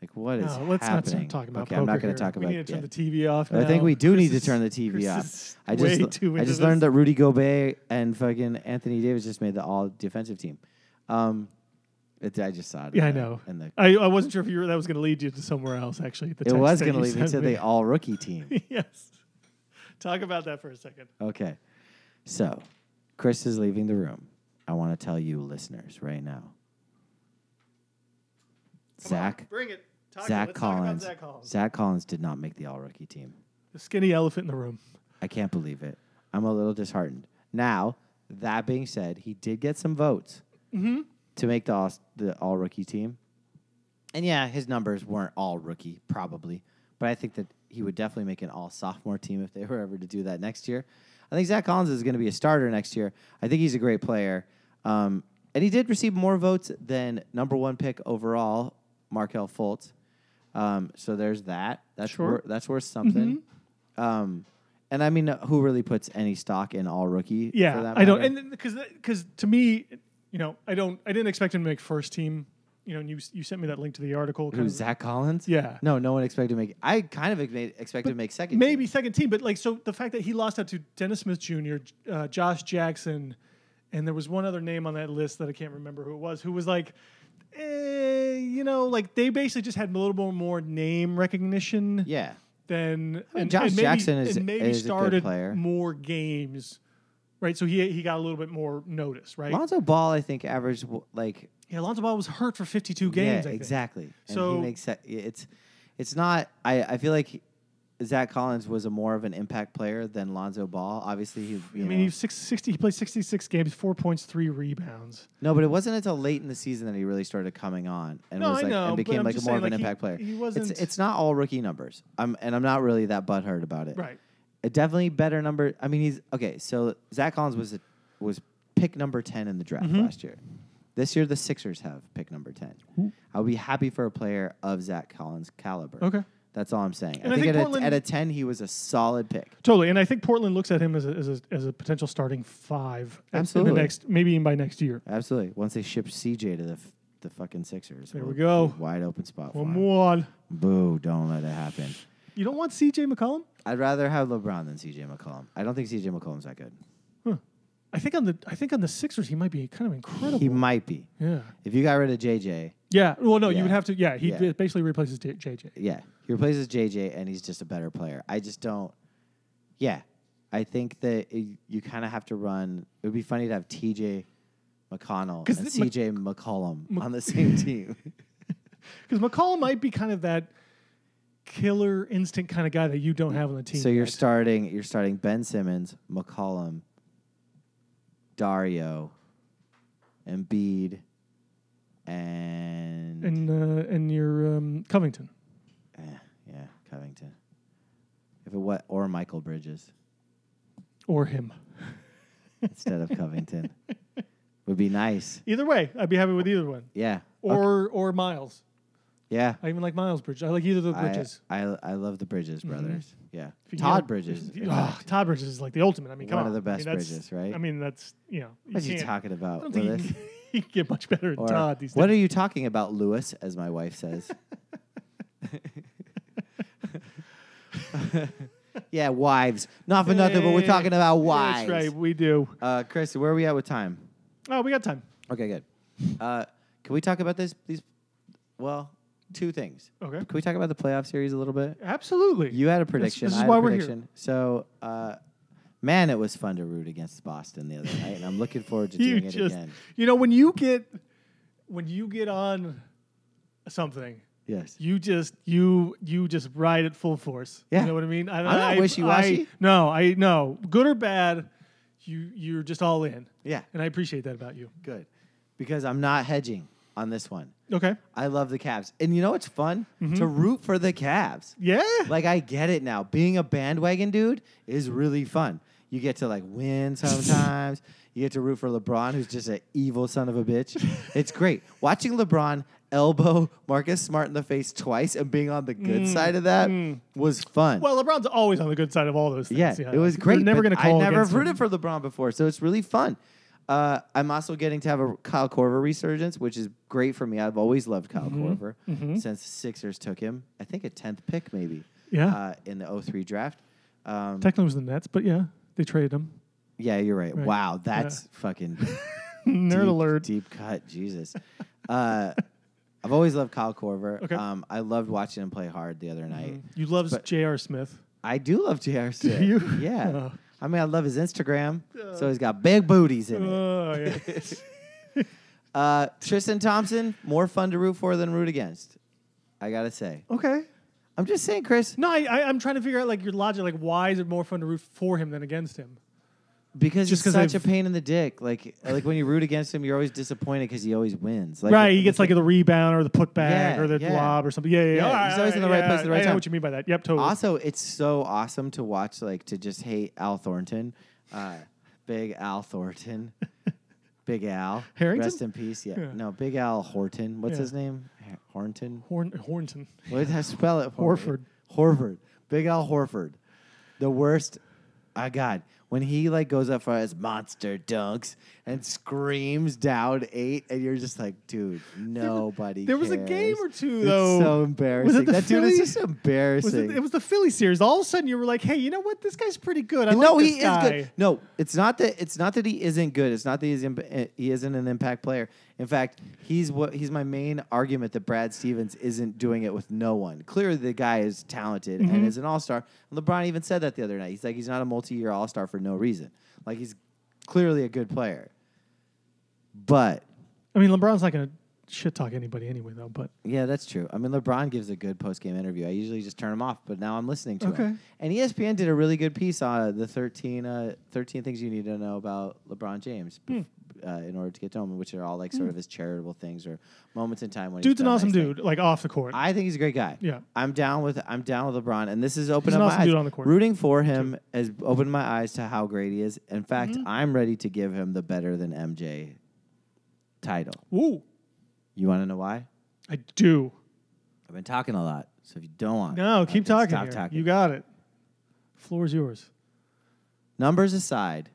Speaker 1: Like, what is
Speaker 2: No, Oh, let's not
Speaker 1: happening?
Speaker 2: start talking about
Speaker 1: okay,
Speaker 2: poker
Speaker 1: I'm not
Speaker 2: going
Speaker 1: gonna talk about
Speaker 2: We need
Speaker 1: it.
Speaker 2: to turn
Speaker 1: yet.
Speaker 2: the TV off.
Speaker 1: I think
Speaker 2: now.
Speaker 1: we do
Speaker 2: This
Speaker 1: need
Speaker 2: is-
Speaker 1: to turn the TV
Speaker 2: this
Speaker 1: off.
Speaker 2: is
Speaker 1: I just,
Speaker 2: way too
Speaker 1: I
Speaker 2: into
Speaker 1: just
Speaker 2: this.
Speaker 1: learned that Rudy Gobert and fucking Anthony Davis just made the all defensive team. Um, it, I just saw it. in
Speaker 2: Yeah, I
Speaker 1: the-
Speaker 2: know.
Speaker 1: In the
Speaker 2: I, I wasn't sure if you were, that was going to lead you to somewhere else. Actually, the
Speaker 1: It
Speaker 2: text
Speaker 1: was
Speaker 2: that
Speaker 1: going to
Speaker 2: you
Speaker 1: lead me
Speaker 2: sent
Speaker 1: to the all rookie team.
Speaker 2: yes. Talk about that for a second.
Speaker 1: Okay. So, Chris is leaving the room. I want to tell you, listeners, right now. Zach,
Speaker 2: bring it. Talk
Speaker 1: Zach
Speaker 2: Let's talk about
Speaker 1: Collins,
Speaker 2: Zach Collins.
Speaker 1: Zach Collins did not make the all rookie team.
Speaker 2: The skinny elephant in the room.
Speaker 1: I can't believe it. I'm a little disheartened. Now, that being said, he did get some votes to make the all, the all rookie team. And yeah, his numbers weren't all rookie, probably. But I think that he would definitely make an all sophomore team if they were ever to do that next year. I think Zach Collins is going to be a starter next year. I think he's a great player. Um, and he did receive more votes than number one pick overall, Markel Fultz. Um, so there's that. That's,
Speaker 2: Sure. Mm-hmm.
Speaker 1: wor- that's worth something. Um, and I mean, who really puts any stock in all rookie? for
Speaker 2: Yeah,
Speaker 1: that
Speaker 2: I don't,
Speaker 1: matter?
Speaker 2: and because because to me, you know, I don't, I didn't expect him to make first team. You know, and you you sent me that link to the article. kind
Speaker 1: Who,
Speaker 2: of-
Speaker 1: Zach Collins?
Speaker 2: Yeah.
Speaker 1: No, no one expected to make. I kind of ex- expected to make second.
Speaker 2: Maybe second team, but like so the fact that he lost out to Dennis Smith Jr., uh, Josh Jackson, and there was one other name on that list that I can't remember who it was, who was like, eh, you know, like they basically just had a little bit more name recognition
Speaker 1: Yeah.
Speaker 2: than and-
Speaker 1: Josh
Speaker 2: and maybe-
Speaker 1: Jackson is-
Speaker 2: and maybe
Speaker 1: is a good
Speaker 2: started
Speaker 1: player.
Speaker 2: more games, right? So he he got a little bit more notice, right?
Speaker 1: Lonzo Ball, I think, averaged w- like
Speaker 2: yeah, Lonzo Ball was hurt for fifty two games. I
Speaker 1: Yeah,
Speaker 2: think.
Speaker 1: exactly. And
Speaker 2: So-
Speaker 1: he makes se- it's it's not. I I feel like Zach Collins was a more of an impact player than Lonzo Ball. Obviously, he. You
Speaker 2: I mean,
Speaker 1: know-
Speaker 2: he was six, 60, He played sixty six games, four points, three rebounds.
Speaker 1: no, but it wasn't until late in the season that he really started coming on and
Speaker 2: No,
Speaker 1: was
Speaker 2: I
Speaker 1: like
Speaker 2: know, but
Speaker 1: and became
Speaker 2: I'm
Speaker 1: like
Speaker 2: just
Speaker 1: more
Speaker 2: saying,
Speaker 1: of an
Speaker 2: like, he-
Speaker 1: impact player.
Speaker 2: he
Speaker 1: It's
Speaker 2: wasn't-
Speaker 1: it's not all rookie numbers. I'm and I'm not really that butthurt about it.
Speaker 2: Right.
Speaker 1: It definitely better number. I mean, he's okay. So Zach Collins was a, was pick number ten in the draft
Speaker 2: Mm-hmm.
Speaker 1: last year. This year, the Sixers have pick number ten. I'll be happy for a player of Zach Collins' caliber.
Speaker 2: Okay.
Speaker 1: that's all I'm saying.
Speaker 2: And
Speaker 1: I
Speaker 2: I
Speaker 1: think,
Speaker 2: think
Speaker 1: at,
Speaker 2: Portland-
Speaker 1: a, at a ten, he was a solid pick.
Speaker 2: Totally, and I think Portland looks at him as a, as a, as a potential starting five. at-
Speaker 1: Absolutely.
Speaker 2: In the next, maybe even by next year.
Speaker 1: Absolutely. Once they ship CJ to the f- the fucking Sixers,
Speaker 2: There we
Speaker 1: we'll-
Speaker 2: go.
Speaker 1: Wide open spot.
Speaker 2: One
Speaker 1: for him.
Speaker 2: more.
Speaker 1: Boo! Don't let it happen.
Speaker 2: You don't want C.J. McCollum?
Speaker 1: I'd rather have LeBron than CJ McCollum. I don't think CJ McCollum's that good.
Speaker 2: I think on the I think on the Sixers he might be kind of incredible.
Speaker 1: He might be.
Speaker 2: yeah.
Speaker 1: If you got rid of JJ,
Speaker 2: Yeah. Well, no,
Speaker 1: Yeah.
Speaker 2: you would have to. Yeah, he
Speaker 1: Yeah.
Speaker 2: basically replaces J- J.J.
Speaker 1: yeah, he replaces JJ and he's just a better player. I just don't. Yeah, I think that it, you kind of have to run. It would be funny to have TJ McConnell
Speaker 2: 'Cause
Speaker 1: and
Speaker 2: the Mc-
Speaker 1: CJ McCollum on the same team.
Speaker 2: Because McCollum might be kind of that killer instinct kind of guy that you don't have on the team.
Speaker 1: so you're
Speaker 2: yet.
Speaker 1: starting. You're starting Ben Simmons, McCollum, Dario, Embiid, and,
Speaker 2: and uh, and you're um, Covington.
Speaker 1: eh, yeah, Covington. If it what or Michael Bridges.
Speaker 2: Or him.
Speaker 1: instead of Covington. Would be nice.
Speaker 2: Either way, I'd be happy with either one.
Speaker 1: Yeah. Okay.
Speaker 2: Or or Miles.
Speaker 1: yeah.
Speaker 2: I even like Miles Bridges. I like either of the
Speaker 1: I,
Speaker 2: Bridges. Mm-hmm.
Speaker 1: I I love the Bridges brothers. Yeah.
Speaker 2: If you
Speaker 1: Todd
Speaker 2: get-
Speaker 1: Bridges.
Speaker 2: if you- ah, Todd Bridges is like the ultimate. I mean, come
Speaker 1: One of
Speaker 2: on.
Speaker 1: the
Speaker 2: I mean,
Speaker 1: best
Speaker 2: that's-
Speaker 1: Bridges, right?
Speaker 2: I mean, that's you know. You
Speaker 1: What are you
Speaker 2: can't-
Speaker 1: talking
Speaker 2: I
Speaker 1: about,
Speaker 2: don't think
Speaker 1: Willis?
Speaker 2: you can, you can get much better than
Speaker 1: Or,
Speaker 2: Todd these
Speaker 1: what
Speaker 2: days.
Speaker 1: are you talking about, Lewis? As my wife says. yeah, wives. Not for nothing, but we're talking about wives.
Speaker 2: That's right, we do.
Speaker 1: Uh, Chris, where are we at with time?
Speaker 2: Oh, we got time.
Speaker 1: Okay, good. Uh, can we talk about this? These, well, two things.
Speaker 2: Okay.
Speaker 1: Can we talk about the playoff series a little bit?
Speaker 2: Absolutely.
Speaker 1: You had a prediction.
Speaker 2: this
Speaker 1: I
Speaker 2: is
Speaker 1: had
Speaker 2: why
Speaker 1: a
Speaker 2: we're here.
Speaker 1: prediction. So, uh, man, it was fun to root against Boston the other night, and I'm looking forward to
Speaker 2: you
Speaker 1: doing it
Speaker 2: just,
Speaker 1: again.
Speaker 2: you know, when you get, when you get on something,
Speaker 1: Yes.
Speaker 2: you just you you just ride at full force.
Speaker 1: Yeah.
Speaker 2: You know what I mean? I, am
Speaker 1: not wishy-washy.
Speaker 2: no, I no. Good or bad, you you're just all in.
Speaker 1: Yeah.
Speaker 2: And I appreciate that about you.
Speaker 1: Good. Because I'm not hedging on this one.
Speaker 2: Okay.
Speaker 1: I love the Cavs. And you know what's fun?
Speaker 2: Mm-hmm.
Speaker 1: To root for the Cavs.
Speaker 2: Yeah.
Speaker 1: Like I get it now. Being a bandwagon dude is really fun. You get to like win sometimes. you get to root for LeBron, who's just an evil son of a bitch. It's great watching LeBron elbow Marcus Smart in the face twice and being on the good side of that was fun.
Speaker 2: well, LeBron's always on the good side of all those things.
Speaker 1: yeah, it was
Speaker 2: You're
Speaker 1: great.
Speaker 2: never
Speaker 1: but
Speaker 2: going to call.
Speaker 1: I never
Speaker 2: against
Speaker 1: rooted
Speaker 2: him.
Speaker 1: for LeBron before, so it's really fun. Uh, I'm also getting to have a Kyle Corver resurgence, which is great for me. I've always loved Kyle
Speaker 2: Mm-hmm,
Speaker 1: Corver since the Sixers took him. I think a tenth pick, maybe.
Speaker 2: Yeah.
Speaker 1: Uh, in the 03 draft. Um,
Speaker 2: Technically, it was the Nets, but yeah, they traded him.
Speaker 1: yeah, you're right.
Speaker 2: Right.
Speaker 1: Wow, that's fucking
Speaker 2: Nerd
Speaker 1: deep,
Speaker 2: alert.
Speaker 1: deep cut. Jesus. Uh, I've always loved Kyle Corver.
Speaker 2: Okay.
Speaker 1: Um, I loved watching him play hard the other night.
Speaker 2: You love
Speaker 1: But-
Speaker 2: J.R. Smith.
Speaker 1: I do love J.R. Smith.
Speaker 2: you?
Speaker 1: Yeah.
Speaker 2: Oh.
Speaker 1: I mean, I love his Instagram. so he's got big booties in it.
Speaker 2: Oh, yeah.
Speaker 1: Uh, Tristan Thompson, more fun to root for than root against. I gotta say.
Speaker 2: okay.
Speaker 1: I'm just saying, Chris,
Speaker 2: No, I, I, I'm trying to figure out like your logic. Like, why is it more fun to root for him than against him?
Speaker 1: because
Speaker 2: Just
Speaker 1: he's
Speaker 2: 'cause
Speaker 1: such a
Speaker 2: I've-
Speaker 1: pain in the dick. Like, like when you root against him, you're always disappointed because he always wins. Like,
Speaker 2: right, he gets like the rebound or the putback
Speaker 1: Yeah,
Speaker 2: or the
Speaker 1: yeah.
Speaker 2: blob or something. Yeah, yeah, yeah.
Speaker 1: Yeah,
Speaker 2: All
Speaker 1: he's always in the
Speaker 2: all
Speaker 1: right place at the right
Speaker 2: I know
Speaker 1: time.
Speaker 2: what you mean by that. Yep, totally.
Speaker 1: Also, it's so awesome to watch, like, to just hate Al Thornton, uh, Big Al Thornton, Big Al.
Speaker 2: Harrington?
Speaker 1: Rest in peace. Yeah.
Speaker 2: Yeah.
Speaker 1: No, Big Al Horton. What's
Speaker 2: Yeah.
Speaker 1: his name? Ha- Hornton.
Speaker 2: Horn, Hornton.
Speaker 1: What did I spell it? for me?
Speaker 2: Horford.
Speaker 1: Horford. Big Al Horford. The worst. Ah, God. When he like goes up for his monster dunks and screams down eight, and you're just like, dude, nobody.
Speaker 2: there was a
Speaker 1: cares.
Speaker 2: game or two,
Speaker 1: It's
Speaker 2: though.
Speaker 1: so embarrassing.
Speaker 2: the
Speaker 1: that dude is
Speaker 2: Philly-
Speaker 1: just
Speaker 2: Was
Speaker 1: embarrassing.
Speaker 2: it, it was the Philly series. All of a sudden, you were like, "Hey, you know what? This guy's pretty good. I
Speaker 1: no,
Speaker 2: like
Speaker 1: he
Speaker 2: this guy."
Speaker 1: is good. No, it's not that. It's not that he isn't good. It's not that he's imp- eh, he isn't an impact player. In fact, he's what he's my main argument that Brad Stevens isn't doing it with no one. Clearly, the guy is talented
Speaker 2: Mm-hmm.
Speaker 1: and is an all star. LeBron even said that the other night. He's like he's not a multi year all star for no reason. Like he's clearly a good player, but.
Speaker 2: I mean, LeBron's not going to shit talk anybody anyway, though. But
Speaker 1: Yeah, that's true. I mean, LeBron gives a good post game interview. I usually just turn him off, but now I'm listening to
Speaker 2: Okay.
Speaker 1: him. And E ESPN did a really good piece on the 13, uh, 13 things you need to know about LeBron James
Speaker 2: Hmm.
Speaker 1: bef- uh, in order to get to him, which are all like sort of his charitable things or moments in time when he's
Speaker 2: dude's an
Speaker 1: done
Speaker 2: awesome
Speaker 1: nice things.
Speaker 2: dude. Like off the court.
Speaker 1: I think he's a great guy.
Speaker 2: Yeah.
Speaker 1: I'm down with I'm down with LeBron, and this has opened
Speaker 2: He's an
Speaker 1: up
Speaker 2: awesome
Speaker 1: my eyes.
Speaker 2: dude on the court.
Speaker 1: Rooting for him has opened my eyes to how great he is. In fact,
Speaker 2: Mm-hmm.
Speaker 1: I'm ready to give him the better than MJ title.
Speaker 2: Woo.
Speaker 1: You want to know why?
Speaker 2: I do.
Speaker 1: I've been talking a lot, so if you don't want,
Speaker 2: No, keep
Speaker 1: I'll
Speaker 2: talking,
Speaker 1: Stop
Speaker 2: here.
Speaker 1: talking.
Speaker 2: You got it. Floor is yours.
Speaker 1: Numbers aside,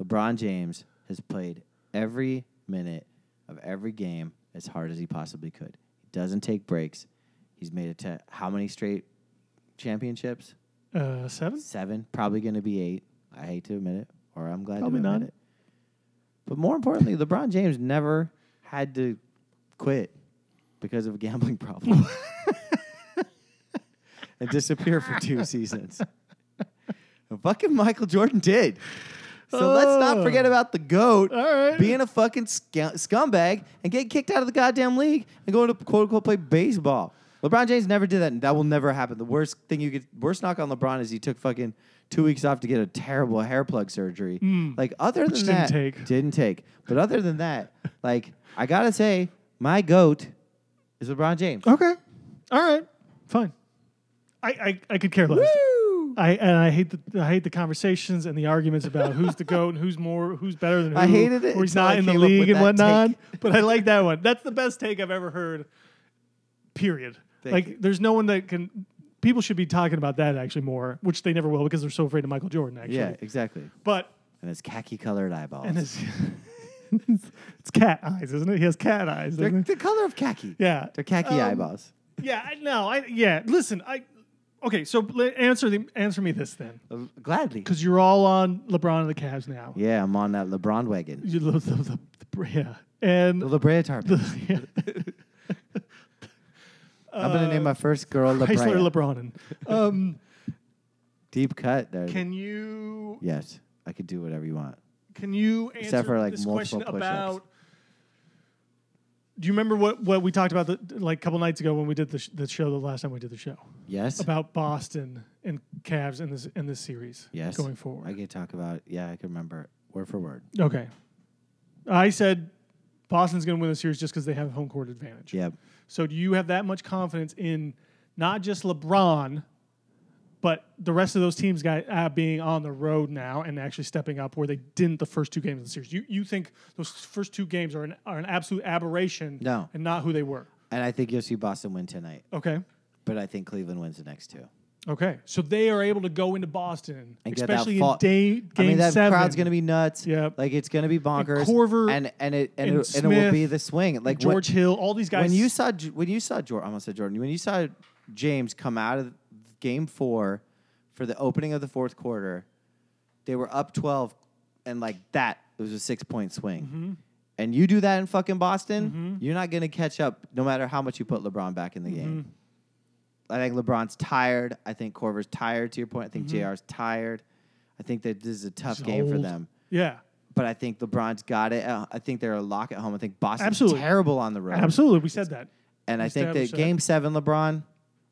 Speaker 1: LeBron James has played every minute of every game as hard as he possibly could. He doesn't take breaks. He's made it to how many straight championships?
Speaker 2: Uh, seven.
Speaker 1: Seven, probably going to be eight. I hate to admit it, or I'm glad
Speaker 2: Probably
Speaker 1: to admit
Speaker 2: not.
Speaker 1: it. But more importantly, LeBron James never had to quit because of a gambling problem and disappear for two seasons. And fucking Michael Jordan did. So let's not
Speaker 2: Oh.
Speaker 1: forget about the goat
Speaker 2: All right.
Speaker 1: being a fucking scu- scumbag and getting kicked out of the goddamn league and going to quote unquote play baseball. LeBron James never did that, and that will never happen. The worst thing you could, worst knock on LeBron is he took fucking two weeks off to get a terrible hair plug surgery. Like other than
Speaker 2: Hmm. didn't
Speaker 1: that,
Speaker 2: take.
Speaker 1: didn't take. But other than that, like I gotta say, my goat is LeBron James.
Speaker 2: Okay. All right. Fine. I, I, I could care less.
Speaker 1: Woo!
Speaker 2: I and I hate the I hate the conversations and the arguments about who's the goat and who's more who's better than who.
Speaker 1: I hated it
Speaker 2: Or he's
Speaker 1: until I
Speaker 2: not in the
Speaker 1: came up with
Speaker 2: league and
Speaker 1: that
Speaker 2: whatnot.
Speaker 1: take.
Speaker 2: But I like that one. That's the best take I've ever heard. Period.
Speaker 1: Thank
Speaker 2: like
Speaker 1: you.
Speaker 2: there's no one that can. People should be talking about that actually more, which they never will because they're so afraid of Michael Jordan. Actually,
Speaker 1: Yeah, exactly.
Speaker 2: but
Speaker 1: And his khaki colored eyeballs.
Speaker 2: and it's, it's cat eyes, isn't it? He has cat eyes.
Speaker 1: They're
Speaker 2: doesn't he?
Speaker 1: the color of khaki.
Speaker 2: Yeah.
Speaker 1: They're khaki
Speaker 2: Um,
Speaker 1: eyeballs.
Speaker 2: Yeah, I- no, I yeah. Listen, I Okay, so le- answer the answer me this then,
Speaker 1: Uh, Gladly.
Speaker 2: because you're all on LeBron and the Cavs now.
Speaker 1: Yeah, I'm on that LeBron wagon.
Speaker 2: You love the, the, the- yeah, and
Speaker 1: The La Brea Tar Pits.
Speaker 2: yeah.
Speaker 1: I'm gonna name my first girl La Brea.
Speaker 2: Chrysler LeBron. Um,
Speaker 1: Deep cut. There.
Speaker 2: can you
Speaker 1: yes, I could do whatever you want.
Speaker 2: Can you answer
Speaker 1: Except for, like,
Speaker 2: this
Speaker 1: multiple
Speaker 2: question
Speaker 1: push-ups.
Speaker 2: about? Do you remember what, what we talked about the, like a couple nights ago when we did the, sh- the show the last time we did the show
Speaker 1: Yes.
Speaker 2: about Boston and Cavs in this in this series?
Speaker 1: yes.
Speaker 2: going forward.
Speaker 1: I could talk about. Yeah, I can remember word for word.
Speaker 2: okay, I said Boston's going to win the series just because they have home court advantage.
Speaker 1: Yep.
Speaker 2: So do you have that much confidence in not just LeBron, but the rest of those teams guy, uh, being on the road now and actually stepping up where they didn't the first two games of the series? You you think those first two games are an are an absolute aberration?
Speaker 1: No.
Speaker 2: and not who they were.
Speaker 1: And I think you'll see Boston win tonight,
Speaker 2: Okay.
Speaker 1: but I think Cleveland wins the next two.
Speaker 2: Okay, so they are able to go into Boston,
Speaker 1: And get that
Speaker 2: especially
Speaker 1: fall-
Speaker 2: in day, game
Speaker 1: I mean, that
Speaker 2: seven.
Speaker 1: crowd's gonna be nuts.
Speaker 2: Yep.
Speaker 1: Like it's gonna be bonkers.
Speaker 2: Corver
Speaker 1: and and it and,
Speaker 2: and
Speaker 1: it, and it will
Speaker 2: Smith
Speaker 1: be the swing. Like what-
Speaker 2: George Hill, all these guys.
Speaker 1: when you saw J- when you saw Jordan, I almost said Jordan. When you saw James come out of Game Four for the opening of the fourth quarter, they were up twelve, and like that, it was a six point swing.
Speaker 2: Mm-hmm.
Speaker 1: And you do that in fucking Boston, you're not gonna catch up, no matter how much you put LeBron back in the
Speaker 2: Mm-hmm.
Speaker 1: game. I think LeBron's tired. I think Corver's tired. To your point, I think JR's tired. I think that this is a tough
Speaker 2: Mm-hmm. He's
Speaker 1: game for
Speaker 2: old.
Speaker 1: them.
Speaker 2: yeah,
Speaker 1: But I think LeBron's got it. Uh, I think they're a lock at home. I think Boston's
Speaker 2: Absolutely.
Speaker 1: terrible on the road.
Speaker 2: absolutely, we said that.
Speaker 1: And I think that
Speaker 2: Establish that.
Speaker 1: game seven, LeBron,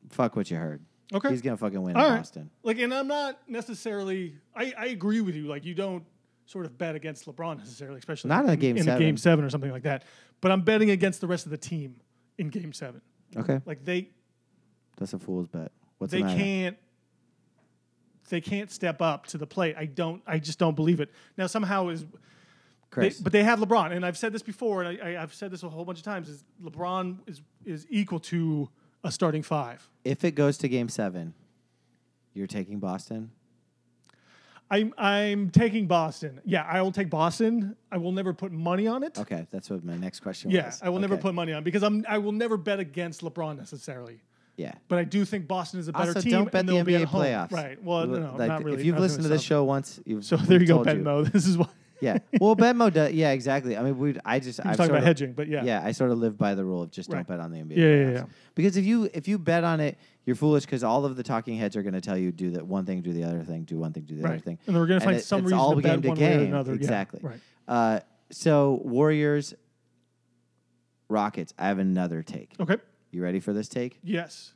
Speaker 1: fuck what you heard.
Speaker 2: Okay.
Speaker 1: He's gonna fucking win
Speaker 2: All
Speaker 1: in
Speaker 2: right.
Speaker 1: Boston.
Speaker 2: Like, and I'm not necessarily. I, I agree with you. Like, you don't sort of bet against LeBron necessarily, especially
Speaker 1: Not in a game
Speaker 2: in
Speaker 1: seven.
Speaker 2: a game seven or something like that. But I'm betting against the rest of the team in game seven.
Speaker 1: Okay.
Speaker 2: Like they
Speaker 1: That's a fool's bet. What's
Speaker 2: they
Speaker 1: the matter?
Speaker 2: can't they can't step up to the plate. I don't. I just don't believe it. Now somehow is they,
Speaker 1: Chris.
Speaker 2: but they have LeBron, and I've said this before, and I, I, I've said this a whole bunch of times. Is LeBron is is equal to a starting five.
Speaker 1: if it goes to game seven, you're taking Boston.
Speaker 2: I'm I'm taking Boston. Yeah, I will take Boston. I will never put money on it.
Speaker 1: Okay, that's what my next question
Speaker 2: Yeah,
Speaker 1: was.
Speaker 2: I will never
Speaker 1: Okay.
Speaker 2: put money on because I'm I will never bet against LeBron necessarily.
Speaker 1: Yeah.
Speaker 2: But I do think Boston is a better
Speaker 1: also,
Speaker 2: team.
Speaker 1: don't bet
Speaker 2: and
Speaker 1: the
Speaker 2: they'll be
Speaker 1: NBA
Speaker 2: at home.
Speaker 1: playoffs.
Speaker 2: Right. Well, no, no,
Speaker 1: Like,
Speaker 2: not really.
Speaker 1: If you've
Speaker 2: not doing
Speaker 1: listened to this
Speaker 2: stuff.
Speaker 1: show once, you've
Speaker 2: so there you
Speaker 1: we've
Speaker 2: go,
Speaker 1: told
Speaker 2: Ben Mo. This is why.
Speaker 1: Yeah. Well, Benmo. Does, yeah, exactly. I mean, we. I just.
Speaker 2: I'm
Speaker 1: I've
Speaker 2: talking
Speaker 1: sort
Speaker 2: about
Speaker 1: of-
Speaker 2: hedging, but yeah.
Speaker 1: Yeah, I sort of live by the rule of just don't
Speaker 2: Right.
Speaker 1: bet on the NBA.
Speaker 2: Yeah, yeah,
Speaker 1: playoffs.
Speaker 2: yeah.
Speaker 1: Because if you if you bet on it, you're foolish because all of the talking heads are going to tell you do that one thing, do the other thing, do one thing, do the other
Speaker 2: Right.
Speaker 1: thing,
Speaker 2: And they're gonna find some
Speaker 1: it's
Speaker 2: reason
Speaker 1: all
Speaker 2: to
Speaker 1: game
Speaker 2: bet one way or another. Yeah,
Speaker 1: Exactly.
Speaker 2: right.
Speaker 1: Uh, so Warriors, Rockets. I have another take.
Speaker 2: Okay.
Speaker 1: You ready for this take?
Speaker 2: Yes.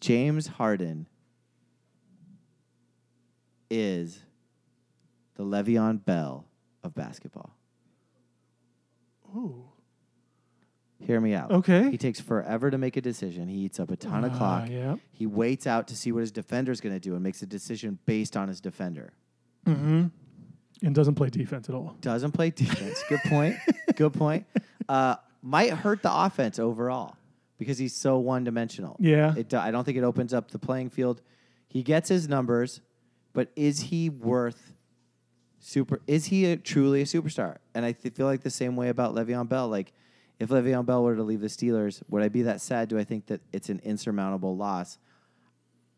Speaker 1: James Harden is the Le'Veon Bell of basketball.
Speaker 2: Ooh.
Speaker 1: Hear me out.
Speaker 2: Okay.
Speaker 1: He takes forever to make a decision. He eats up a ton of
Speaker 2: Ah,
Speaker 1: clock.
Speaker 2: yeah.
Speaker 1: He waits out to see what his defender's going to do and makes a decision based on his defender.
Speaker 2: And doesn't play defense at all.
Speaker 1: Doesn't play defense. Good point. Good point. Uh, might hurt the offense overall because he's so one dimensional.
Speaker 2: Yeah.
Speaker 1: It, do- I don't think it opens up the playing field. He gets his numbers, but is he worth super? Is he a, truly a superstar? And I th- feel like the same way about Le'Veon Bell. Like, if Le'Veon Bell were to leave the Steelers, would I be that sad? Do I think that it's an insurmountable loss?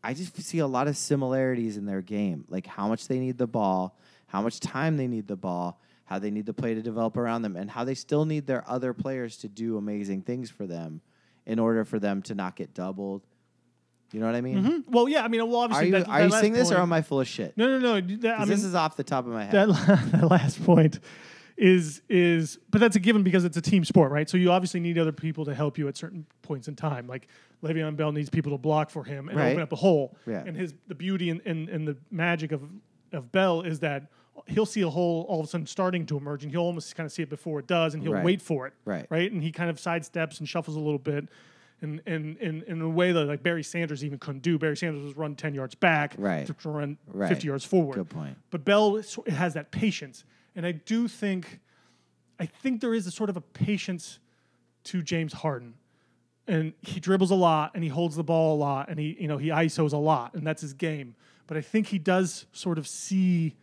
Speaker 1: I just see a lot of similarities in their game, like how much they need the ball, how much time they need the ball, how they need the play to develop around them, and how they still need their other players to do amazing things for them in order for them to not get doubled. You know what I mean?
Speaker 2: Well, yeah. I mean,
Speaker 1: Are
Speaker 2: well, obviously,
Speaker 1: you
Speaker 2: that,
Speaker 1: are
Speaker 2: that
Speaker 1: you
Speaker 2: last
Speaker 1: seeing this or
Speaker 2: point-
Speaker 1: am I full of shit?
Speaker 2: No, no, no. That, I
Speaker 1: 'Cause
Speaker 2: mean,
Speaker 1: this is off the top of my head.
Speaker 2: that, la- that last point is is but that's a given because it's a team sport, right? So you obviously need other people to help you at certain points in time. Like Le'Veon Bell needs people to block for him and
Speaker 1: Right.
Speaker 2: open up a hole.
Speaker 1: Yeah.
Speaker 2: And his the beauty and, and, and the magic of of Bell is that he'll see a hole all of a sudden starting to emerge and he'll almost kind of see it before it does and he'll
Speaker 1: Right.
Speaker 2: wait for it.
Speaker 1: Right.
Speaker 2: Right. And he kind of sidesteps and shuffles a little bit. And, and, and, in a way that like Barry Sanders even couldn't do. Barry Sanders was run ten yards back,
Speaker 1: Right.
Speaker 2: to run
Speaker 1: Right.
Speaker 2: fifty yards forward.
Speaker 1: Good point.
Speaker 2: But Bell is- has that patience, and I do think, I think there is a sort of a patience to James Harden, and he dribbles a lot, and he holds the ball a lot, and he you know he isos a lot, and that's his game. But I think he does sort of see.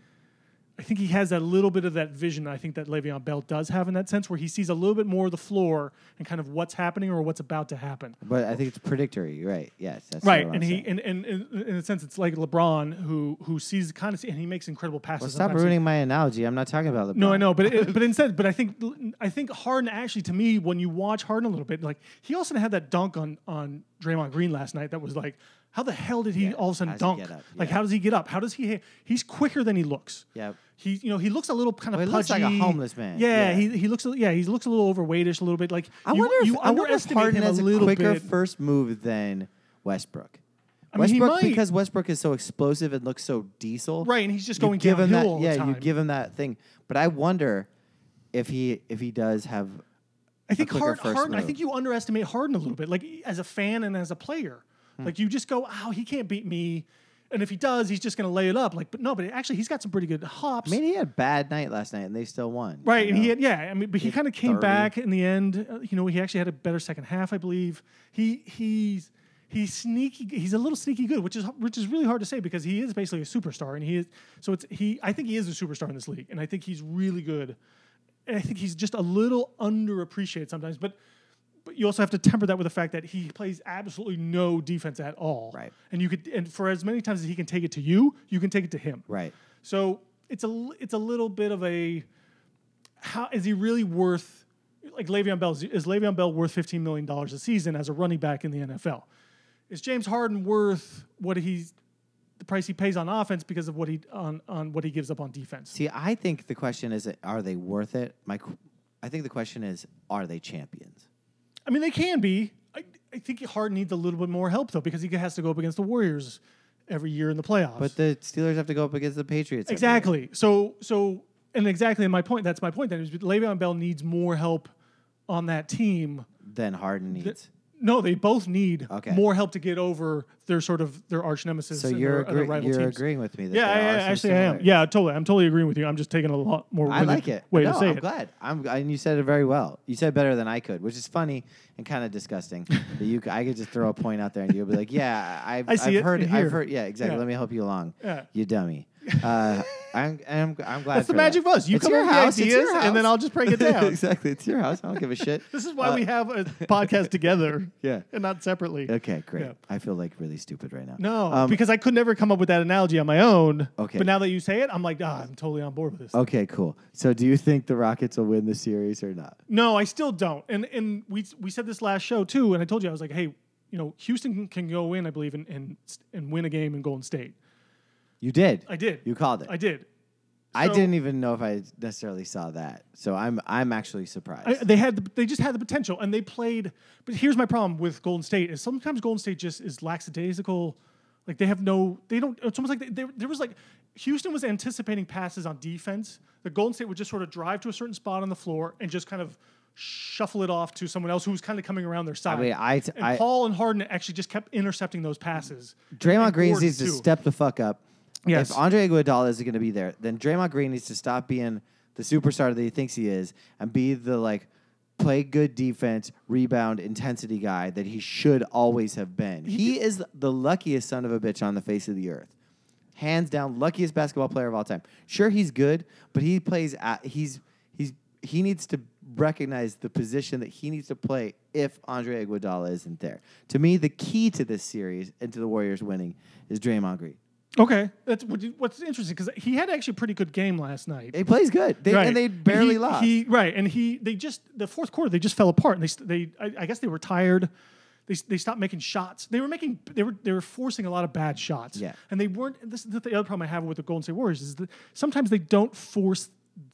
Speaker 2: I think he has that little bit of that vision. I think that Le'Veon Bell does have in that sense, where he sees a little bit more of the floor and kind of what's happening or what's about to happen.
Speaker 1: But I think it's predictory, right? Yes, that's what I
Speaker 2: Right,
Speaker 1: wanna
Speaker 2: and
Speaker 1: say.
Speaker 2: he and, and, and in a sense, it's like LeBron who who sees kind of see, and he makes incredible passes.
Speaker 1: Well, stop
Speaker 2: sometimes.
Speaker 1: ruining my analogy. I'm not talking about LeBron.
Speaker 2: No, I know, but it, but instead, but I think I think Harden actually to me when you watch Harden a little bit, like he also had that dunk on on Draymond Green last night that was like, how the hell did he
Speaker 1: Yeah,
Speaker 2: all of a
Speaker 1: how
Speaker 2: sudden
Speaker 1: does he
Speaker 2: dunk?
Speaker 1: get up?
Speaker 2: Like
Speaker 1: Yeah.
Speaker 2: how does he get up? How does he? He's quicker than he looks.
Speaker 1: Yep.
Speaker 2: He, you know, he looks a little kind of
Speaker 1: Well, he looks
Speaker 2: pudgy.
Speaker 1: like a homeless man.
Speaker 2: Yeah,
Speaker 1: Yeah.
Speaker 2: he, he looks, a- yeah, he looks a little overweightish, a little bit. Like
Speaker 1: I
Speaker 2: you,
Speaker 1: wonder if
Speaker 2: you
Speaker 1: I wonder if
Speaker 2: underestimate
Speaker 1: Harden
Speaker 2: him
Speaker 1: has
Speaker 2: a
Speaker 1: a,
Speaker 2: little
Speaker 1: quicker
Speaker 2: bit.
Speaker 1: first move than Westbrook.
Speaker 2: I mean, he
Speaker 1: Westbrook
Speaker 2: might.
Speaker 1: because Westbrook is so explosive and looks so diesel.
Speaker 2: Right, and he's just
Speaker 1: you
Speaker 2: going
Speaker 1: give him that.
Speaker 2: downhill all the
Speaker 1: yeah, you
Speaker 2: time.
Speaker 1: give him that thing. But I wonder if he if he does have.
Speaker 2: I think
Speaker 1: quicker
Speaker 2: Harden,
Speaker 1: first
Speaker 2: Harden I
Speaker 1: move.
Speaker 2: think you underestimate Harden a little bit, like as a fan and as a player.
Speaker 1: Hmm.
Speaker 2: Like you just go, oh, he can't beat me. And if he does, he's just going to lay it up. Like, but no, but actually, he's got some pretty good hops.
Speaker 1: I mean, he had a bad night last night, and they still won.
Speaker 2: right.
Speaker 1: you
Speaker 2: And he
Speaker 1: know?
Speaker 2: had, yeah, I mean, but he
Speaker 1: Hit
Speaker 2: kind of came
Speaker 1: 30.
Speaker 2: back in the end. Uh, you know, he actually had a better second half, I believe. He, he's, he's sneaky. He's a little sneaky good, which is, which is really hard to say because he is basically a superstar. And he is, so it's, he, I think he is a superstar in this league. And I think he's really good. And I think he's just a little underappreciated sometimes. But but you also have to temper that with the fact that he plays absolutely no defense at all.
Speaker 1: Right.
Speaker 2: And you could and for as many times as he can take it to you, you can take it to him.
Speaker 1: Right.
Speaker 2: So it's a l- it's a little bit of a how is he really worth like Le'Veon Bell is, is Le'Veon Bell worth fifteen million dollars a season as a running back in the NFL? Is James Harden worth what he's the price he pays on offense because of what he on on what he gives up on defense?
Speaker 1: See, I think the question is, are they worth it? My, qu- I think the question is, are they champions?
Speaker 2: I mean, they can be. I, I think Harden needs a little bit more help though because he has to go up against the Warriors every year in the playoffs.
Speaker 1: But the Steelers have to go up against the Patriots. every year.
Speaker 2: Exactly. So so and exactly my point. That's my point. Then is Le'Veon Bell needs more help on that team.
Speaker 1: Then Harden needs.
Speaker 2: No, they both need
Speaker 1: Okay.
Speaker 2: more help to get over their sort of their arch nemesis.
Speaker 1: So
Speaker 2: and
Speaker 1: you're
Speaker 2: their, and their
Speaker 1: agree-
Speaker 2: rival
Speaker 1: you're
Speaker 2: teams.
Speaker 1: agreeing with me that
Speaker 2: Yeah, I,
Speaker 1: there
Speaker 2: I-
Speaker 1: are some
Speaker 2: actually I am.
Speaker 1: similar-
Speaker 2: Yeah, totally. I'm totally agreeing with you. I'm just taking a lot more.
Speaker 1: I
Speaker 2: winded
Speaker 1: like it.
Speaker 2: Way
Speaker 1: no,
Speaker 2: to say
Speaker 1: I'm
Speaker 2: it.
Speaker 1: glad. I'm and you said it very well. You said it better than I could, which is funny and kind of disgusting. that you, c- I could just throw a point out there and you'd be like, "Yeah, I've,
Speaker 2: I
Speaker 1: have
Speaker 2: see it
Speaker 1: heard
Speaker 2: in here."
Speaker 1: I've heard. Yeah, exactly.
Speaker 2: Yeah.
Speaker 1: Let me help you along.
Speaker 2: Yeah.
Speaker 1: You dummy. Uh, I'm, I'm, I'm glad.
Speaker 2: That's the
Speaker 1: for
Speaker 2: magic
Speaker 1: that.
Speaker 2: buzz. You
Speaker 1: It's
Speaker 2: come
Speaker 1: your
Speaker 2: up with the
Speaker 1: house. It's your
Speaker 2: ideas, and then
Speaker 1: house.
Speaker 2: I'll just break it down.
Speaker 1: exactly. It's your house. I don't give a shit.
Speaker 2: This is why
Speaker 1: Uh,
Speaker 2: we have a podcast together.
Speaker 1: Yeah.
Speaker 2: and not separately.
Speaker 1: Okay, great.
Speaker 2: Yeah.
Speaker 1: I feel like really stupid right now.
Speaker 2: No,
Speaker 1: Um,
Speaker 2: because I could never come up with that analogy on my own.
Speaker 1: Okay.
Speaker 2: But now that you say it, I'm like, ah, I'm totally on board with this.
Speaker 1: okay, cool. So, do you think the Rockets will win the series or not?
Speaker 2: No, I still don't. And and we we said this last show too, and I told you I was like, hey, you know, Houston can, can go in, I believe, and, and and win a game in Golden State.
Speaker 1: You did.
Speaker 2: I did.
Speaker 1: You called it.
Speaker 2: I did.
Speaker 1: I
Speaker 2: So-
Speaker 1: didn't even know if I necessarily saw that. So I'm I'm actually surprised.
Speaker 2: I, uh, they had the, they just had the potential, and they played. But here's my problem with Golden State is sometimes Golden State just is lackadaisical. Like they have no, they don't. It's almost like they, there- there was like Houston was anticipating passes on defense. The Golden State would just sort of drive to a certain spot on the floor and just kind of shuffle it off to someone else who was kind of coming around their side.
Speaker 1: mean, I-
Speaker 2: and
Speaker 1: I-
Speaker 2: Paul and Harden actually just kept intercepting those passes.
Speaker 1: Draymond
Speaker 2: And
Speaker 1: Green
Speaker 2: Gordon,
Speaker 1: needs to
Speaker 2: too.
Speaker 1: step the fuck up.
Speaker 2: Yes.
Speaker 1: If Andre Iguodala is going to be there, then Draymond Green needs to stop being the superstar that he thinks he is and be the like play good defense, rebound, intensity guy that he should always have been. He is the luckiest son of a bitch on the face of the earth. Hands down luckiest basketball player of all time. Sure he's good, but he plays at, he's he's he needs to recognize the position that he needs to play if Andre Iguodala isn't there. To me, the key to this series and to the Warriors winning is Draymond Green.
Speaker 2: Okay, that's what- what's interesting because he had actually a pretty good game last night.
Speaker 1: He plays good, they,
Speaker 2: right.
Speaker 1: and they
Speaker 2: But
Speaker 1: barely
Speaker 2: he,
Speaker 1: lost.
Speaker 2: He, right, and he they just the fourth quarter they just fell apart. And they st- they I, I guess they were tired. They, s- they stopped making shots. They were making they were they were forcing a lot of bad shots.
Speaker 1: Yeah.
Speaker 2: and they weren't. and This is the other problem I have with the Golden State Warriors is that sometimes they don't force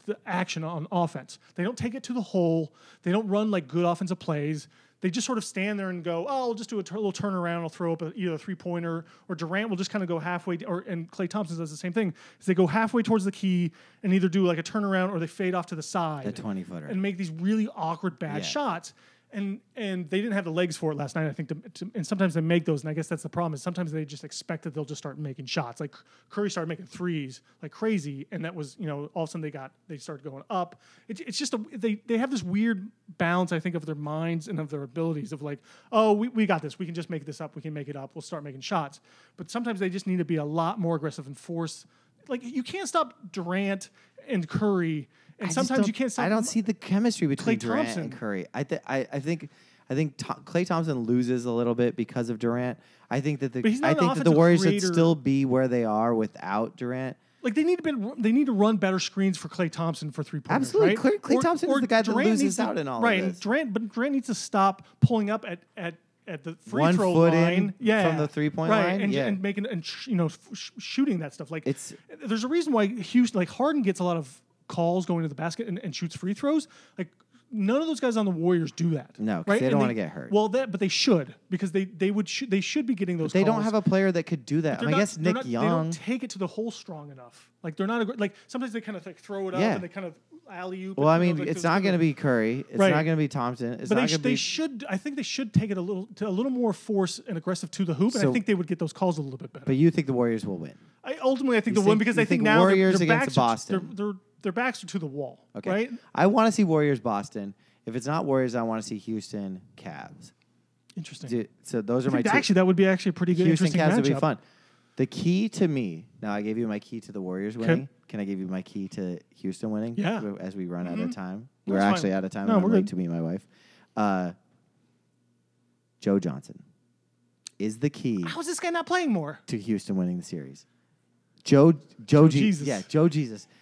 Speaker 2: the action on offense. They don't take it to the hole. They don't run like good offensive plays. They just sort of stand there and go, "Oh, I'll just do a tur- little turnaround. I'll throw up a, either a three pointer or Durant will just kind of go halfway." Or and Clay Thompson does the same thing. Is they go halfway towards the key and either do like a turnaround or they fade off to the side.
Speaker 1: The 20-footer.
Speaker 2: and make these really awkward bad
Speaker 1: Yeah.
Speaker 2: shots. And and they didn't have the legs for it last night. I think, to, to, and sometimes they make those, and I guess that's the problem. Is sometimes they just expect that they'll just start making shots. Like Curry started making threes like crazy, and that was you know all of a sudden they got they started going up. It's it's just a, they they have this weird balance I think of their minds and of their abilities of like oh we, we got this we can just make this up we can make it up we'll start making shots. But sometimes they just need to be a lot more aggressive and force like you can't stop Durant and Curry,
Speaker 1: I
Speaker 2: and
Speaker 1: just
Speaker 2: sometimes
Speaker 1: don't-
Speaker 2: you can't stop.
Speaker 1: I don't see the chemistry between Durant and
Speaker 2: Thompson.
Speaker 1: Curry. I, th- I I think I think Tom, Clay Thompson loses a little bit because of Durant. I think that the
Speaker 2: But he's not
Speaker 1: I
Speaker 2: an
Speaker 1: think that the
Speaker 2: offensive
Speaker 1: Warriors
Speaker 2: creator.
Speaker 1: should still be where they are without Durant.
Speaker 2: Like they need to be, they need to run better screens for Clay Thompson for three pointers.
Speaker 1: Absolutely. Klay-
Speaker 2: right?
Speaker 1: Klay Thompson is the guy that loses
Speaker 2: needs to-
Speaker 1: out in all of
Speaker 2: right,
Speaker 1: this.
Speaker 2: And Durant, but Durant needs to stop pulling up at at at the free
Speaker 1: One
Speaker 2: throw
Speaker 1: foot in
Speaker 2: line, yeah,
Speaker 1: from the three-point
Speaker 2: right,
Speaker 1: line?
Speaker 2: and,
Speaker 1: Yeah.
Speaker 2: and making and sh- you know f- sh- shooting that stuff. Like
Speaker 1: It's-
Speaker 2: there's a reason why Houston, like Harden, gets a lot of calls going to the basket and, and shoots free throws. Like none of those guys on the Warriors do that.
Speaker 1: No, 'cause
Speaker 2: right?
Speaker 1: they
Speaker 2: And
Speaker 1: don't wanna get hurt.
Speaker 2: Well, that but they should because they they would sh- they should be getting those.
Speaker 1: They don't
Speaker 2: calls.
Speaker 1: have a player that could do that. I,
Speaker 2: They're
Speaker 1: mean, I
Speaker 2: not-
Speaker 1: guess
Speaker 2: they're
Speaker 1: Nick
Speaker 2: not- They
Speaker 1: Young.
Speaker 2: don't take it to the hole strong enough. Like they're not a, gr- like sometimes they kind of like throw it up
Speaker 1: Yeah.
Speaker 2: and they kind of alley oop.
Speaker 1: Well, I mean, it's not going to be Curry. It's
Speaker 2: Right.
Speaker 1: not going to be Thompson. It's
Speaker 2: But they,
Speaker 1: not
Speaker 2: sh-
Speaker 1: going to
Speaker 2: they
Speaker 1: be.
Speaker 2: should. I think they should take it a little to a little more force and aggressive to the hoop, and
Speaker 1: So-
Speaker 2: I think they would get those calls a little bit better.
Speaker 1: But you think the Warriors will win?
Speaker 2: I, ultimately, I think
Speaker 1: you
Speaker 2: the
Speaker 1: think-
Speaker 2: win because
Speaker 1: you
Speaker 2: I think,
Speaker 1: think
Speaker 2: now their-
Speaker 1: Warriors
Speaker 2: their,
Speaker 1: against
Speaker 2: backs are to-
Speaker 1: Boston.
Speaker 2: their, their their backs are to the wall.
Speaker 1: Okay.
Speaker 2: Right.
Speaker 1: I want to see Warriors Boston. If it's not Warriors, I want to see Houston Cavs.
Speaker 2: Interesting.
Speaker 1: Dude, so those are
Speaker 2: I
Speaker 1: my
Speaker 2: think
Speaker 1: two.
Speaker 2: actually, that would be actually a pretty good.
Speaker 1: Houston
Speaker 2: interesting
Speaker 1: Cavs would be
Speaker 2: matchup.
Speaker 1: fun. The key to me. Now I gave you my key to the Warriors winning. Can I give you my key to Houston winning?
Speaker 2: Yeah. Mm-hmm.
Speaker 1: As we run out of time,
Speaker 2: No,
Speaker 1: we're
Speaker 2: it's fine.
Speaker 1: actually out of time.
Speaker 2: No,
Speaker 1: and I'm
Speaker 2: we're
Speaker 1: late
Speaker 2: good.
Speaker 1: to meet my wife. Uh, Joe Johnson is the key
Speaker 2: How is this guy not playing more?
Speaker 1: to Houston winning the series. Joe Joe, Je-
Speaker 2: Jesus.
Speaker 1: Yeah, Joe Jesus.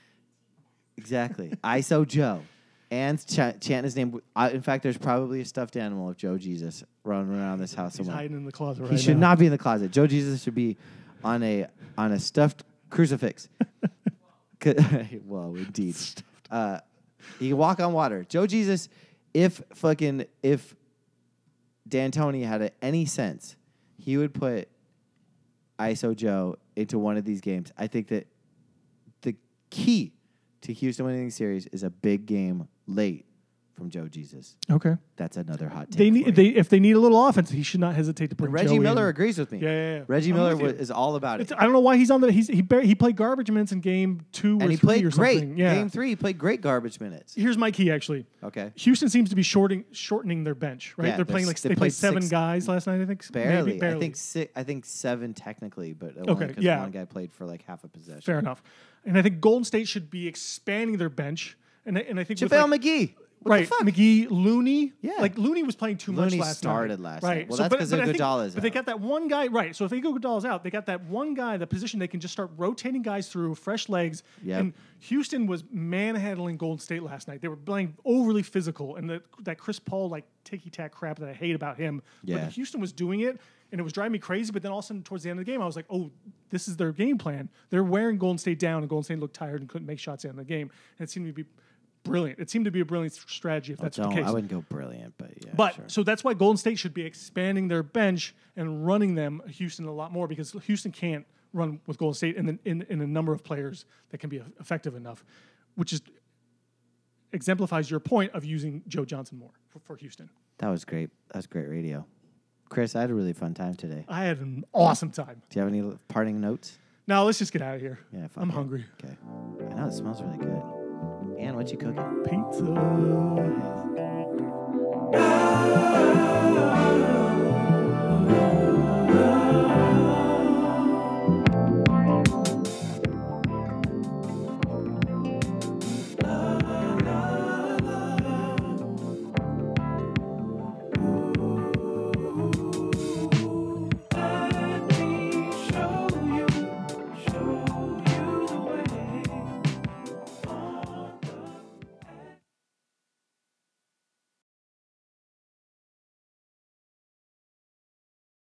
Speaker 1: Exactly. ISO Joe. And ch- chant his name. I, in fact, there's probably a stuffed animal of Joe Jesus running around this house
Speaker 2: He's
Speaker 1: somewhere.
Speaker 2: hiding in the closet right
Speaker 1: He should
Speaker 2: now.
Speaker 1: not be in the closet. Joe Jesus should be on a on a stuffed crucifix. 'Cause- Whoa, indeed. Uh, he can walk on water. Joe Jesus, if fucking if D'Antoni had a, any sense, he would put ISO Joe into one of these games. I think that the key to Houston winning the series is a big game late from Joe Jesus.
Speaker 2: Okay.
Speaker 1: That's another hot take.
Speaker 2: They
Speaker 1: for you.
Speaker 2: need they if they need a little offense, he should not hesitate to bring Joe
Speaker 1: Reggie
Speaker 2: in.
Speaker 1: Miller agrees with me.
Speaker 2: Yeah, yeah, yeah.
Speaker 1: Reggie
Speaker 2: I'm
Speaker 1: Miller
Speaker 2: with you.
Speaker 1: wa- is all about it.
Speaker 2: It's, I don't know why he's on the. He's, he bar- he played garbage minutes in game two or
Speaker 1: and he
Speaker 2: three
Speaker 1: played
Speaker 2: or
Speaker 1: great.
Speaker 2: something. Yeah.
Speaker 1: Game three, he played great garbage minutes.
Speaker 2: Here's my key actually.
Speaker 1: Okay.
Speaker 2: Houston seems to be shorting shortening their bench. Right.
Speaker 1: Yeah,
Speaker 2: they're
Speaker 1: they're
Speaker 2: playing
Speaker 1: s-
Speaker 2: like
Speaker 1: they
Speaker 2: they, played
Speaker 1: played
Speaker 2: seven
Speaker 1: six-
Speaker 2: guys last night. I think
Speaker 1: Barely.
Speaker 2: Maybe, barely.
Speaker 1: I think six, I think seven technically, but only
Speaker 2: Okay,
Speaker 1: because
Speaker 2: yeah.
Speaker 1: one guy played for like half a possession.
Speaker 2: fair enough. And I think Golden State should be expanding their bench. And I- and I think with,
Speaker 1: JaVale
Speaker 2: like,
Speaker 1: McGee. What
Speaker 2: right,
Speaker 1: the fuck?
Speaker 2: McGee, Looney.
Speaker 1: Yeah.
Speaker 2: like Looney was playing too
Speaker 1: Looney
Speaker 2: much last
Speaker 1: started
Speaker 2: night.
Speaker 1: last
Speaker 2: right.
Speaker 1: night. Well,
Speaker 2: so,
Speaker 1: that's
Speaker 2: but-
Speaker 1: 'cause
Speaker 2: but I think-
Speaker 1: Iguodala's
Speaker 2: But they
Speaker 1: out.
Speaker 2: got that one guy right. So if they go Iguodala's out, they got that one guy, the position they can just start rotating guys through, fresh legs.
Speaker 1: Yep.
Speaker 2: And Houston was manhandling Golden State last night. They were playing overly physical, and the, that Chris Paul like ticky tack crap that I hate about him.
Speaker 1: Yeah.
Speaker 2: But Houston was doing it. And it was driving me crazy, but then all of a sudden, towards the end of the game, I was like, "Oh, this is their game plan. They're wearing Golden State down, and Golden State looked tired and couldn't make shots in the game." And it seemed to be brilliant. It seemed to be a brilliant s- strategy. If that's the
Speaker 1: Oh, Don't,
Speaker 2: case,
Speaker 1: I wouldn't go brilliant, but yeah.
Speaker 2: but
Speaker 1: sure.
Speaker 2: so that's why Golden State should be expanding their bench and running them Houston a lot more because Houston can't run with Golden State in the, in, in a number of players that can be eff- effective enough, which is exemplifies your point of using Joe Johnson more for, for Houston.
Speaker 1: that was great. That was great radio. Chris, I had a really fun time today.
Speaker 2: I had an awesome time.
Speaker 1: Do you have any l- parting notes?
Speaker 2: Now let's just get out of here.
Speaker 1: Yeah, fuck
Speaker 2: I'm
Speaker 1: it.
Speaker 2: hungry.
Speaker 1: Okay. I know it smells really good. And what you cooking?
Speaker 2: Pizza.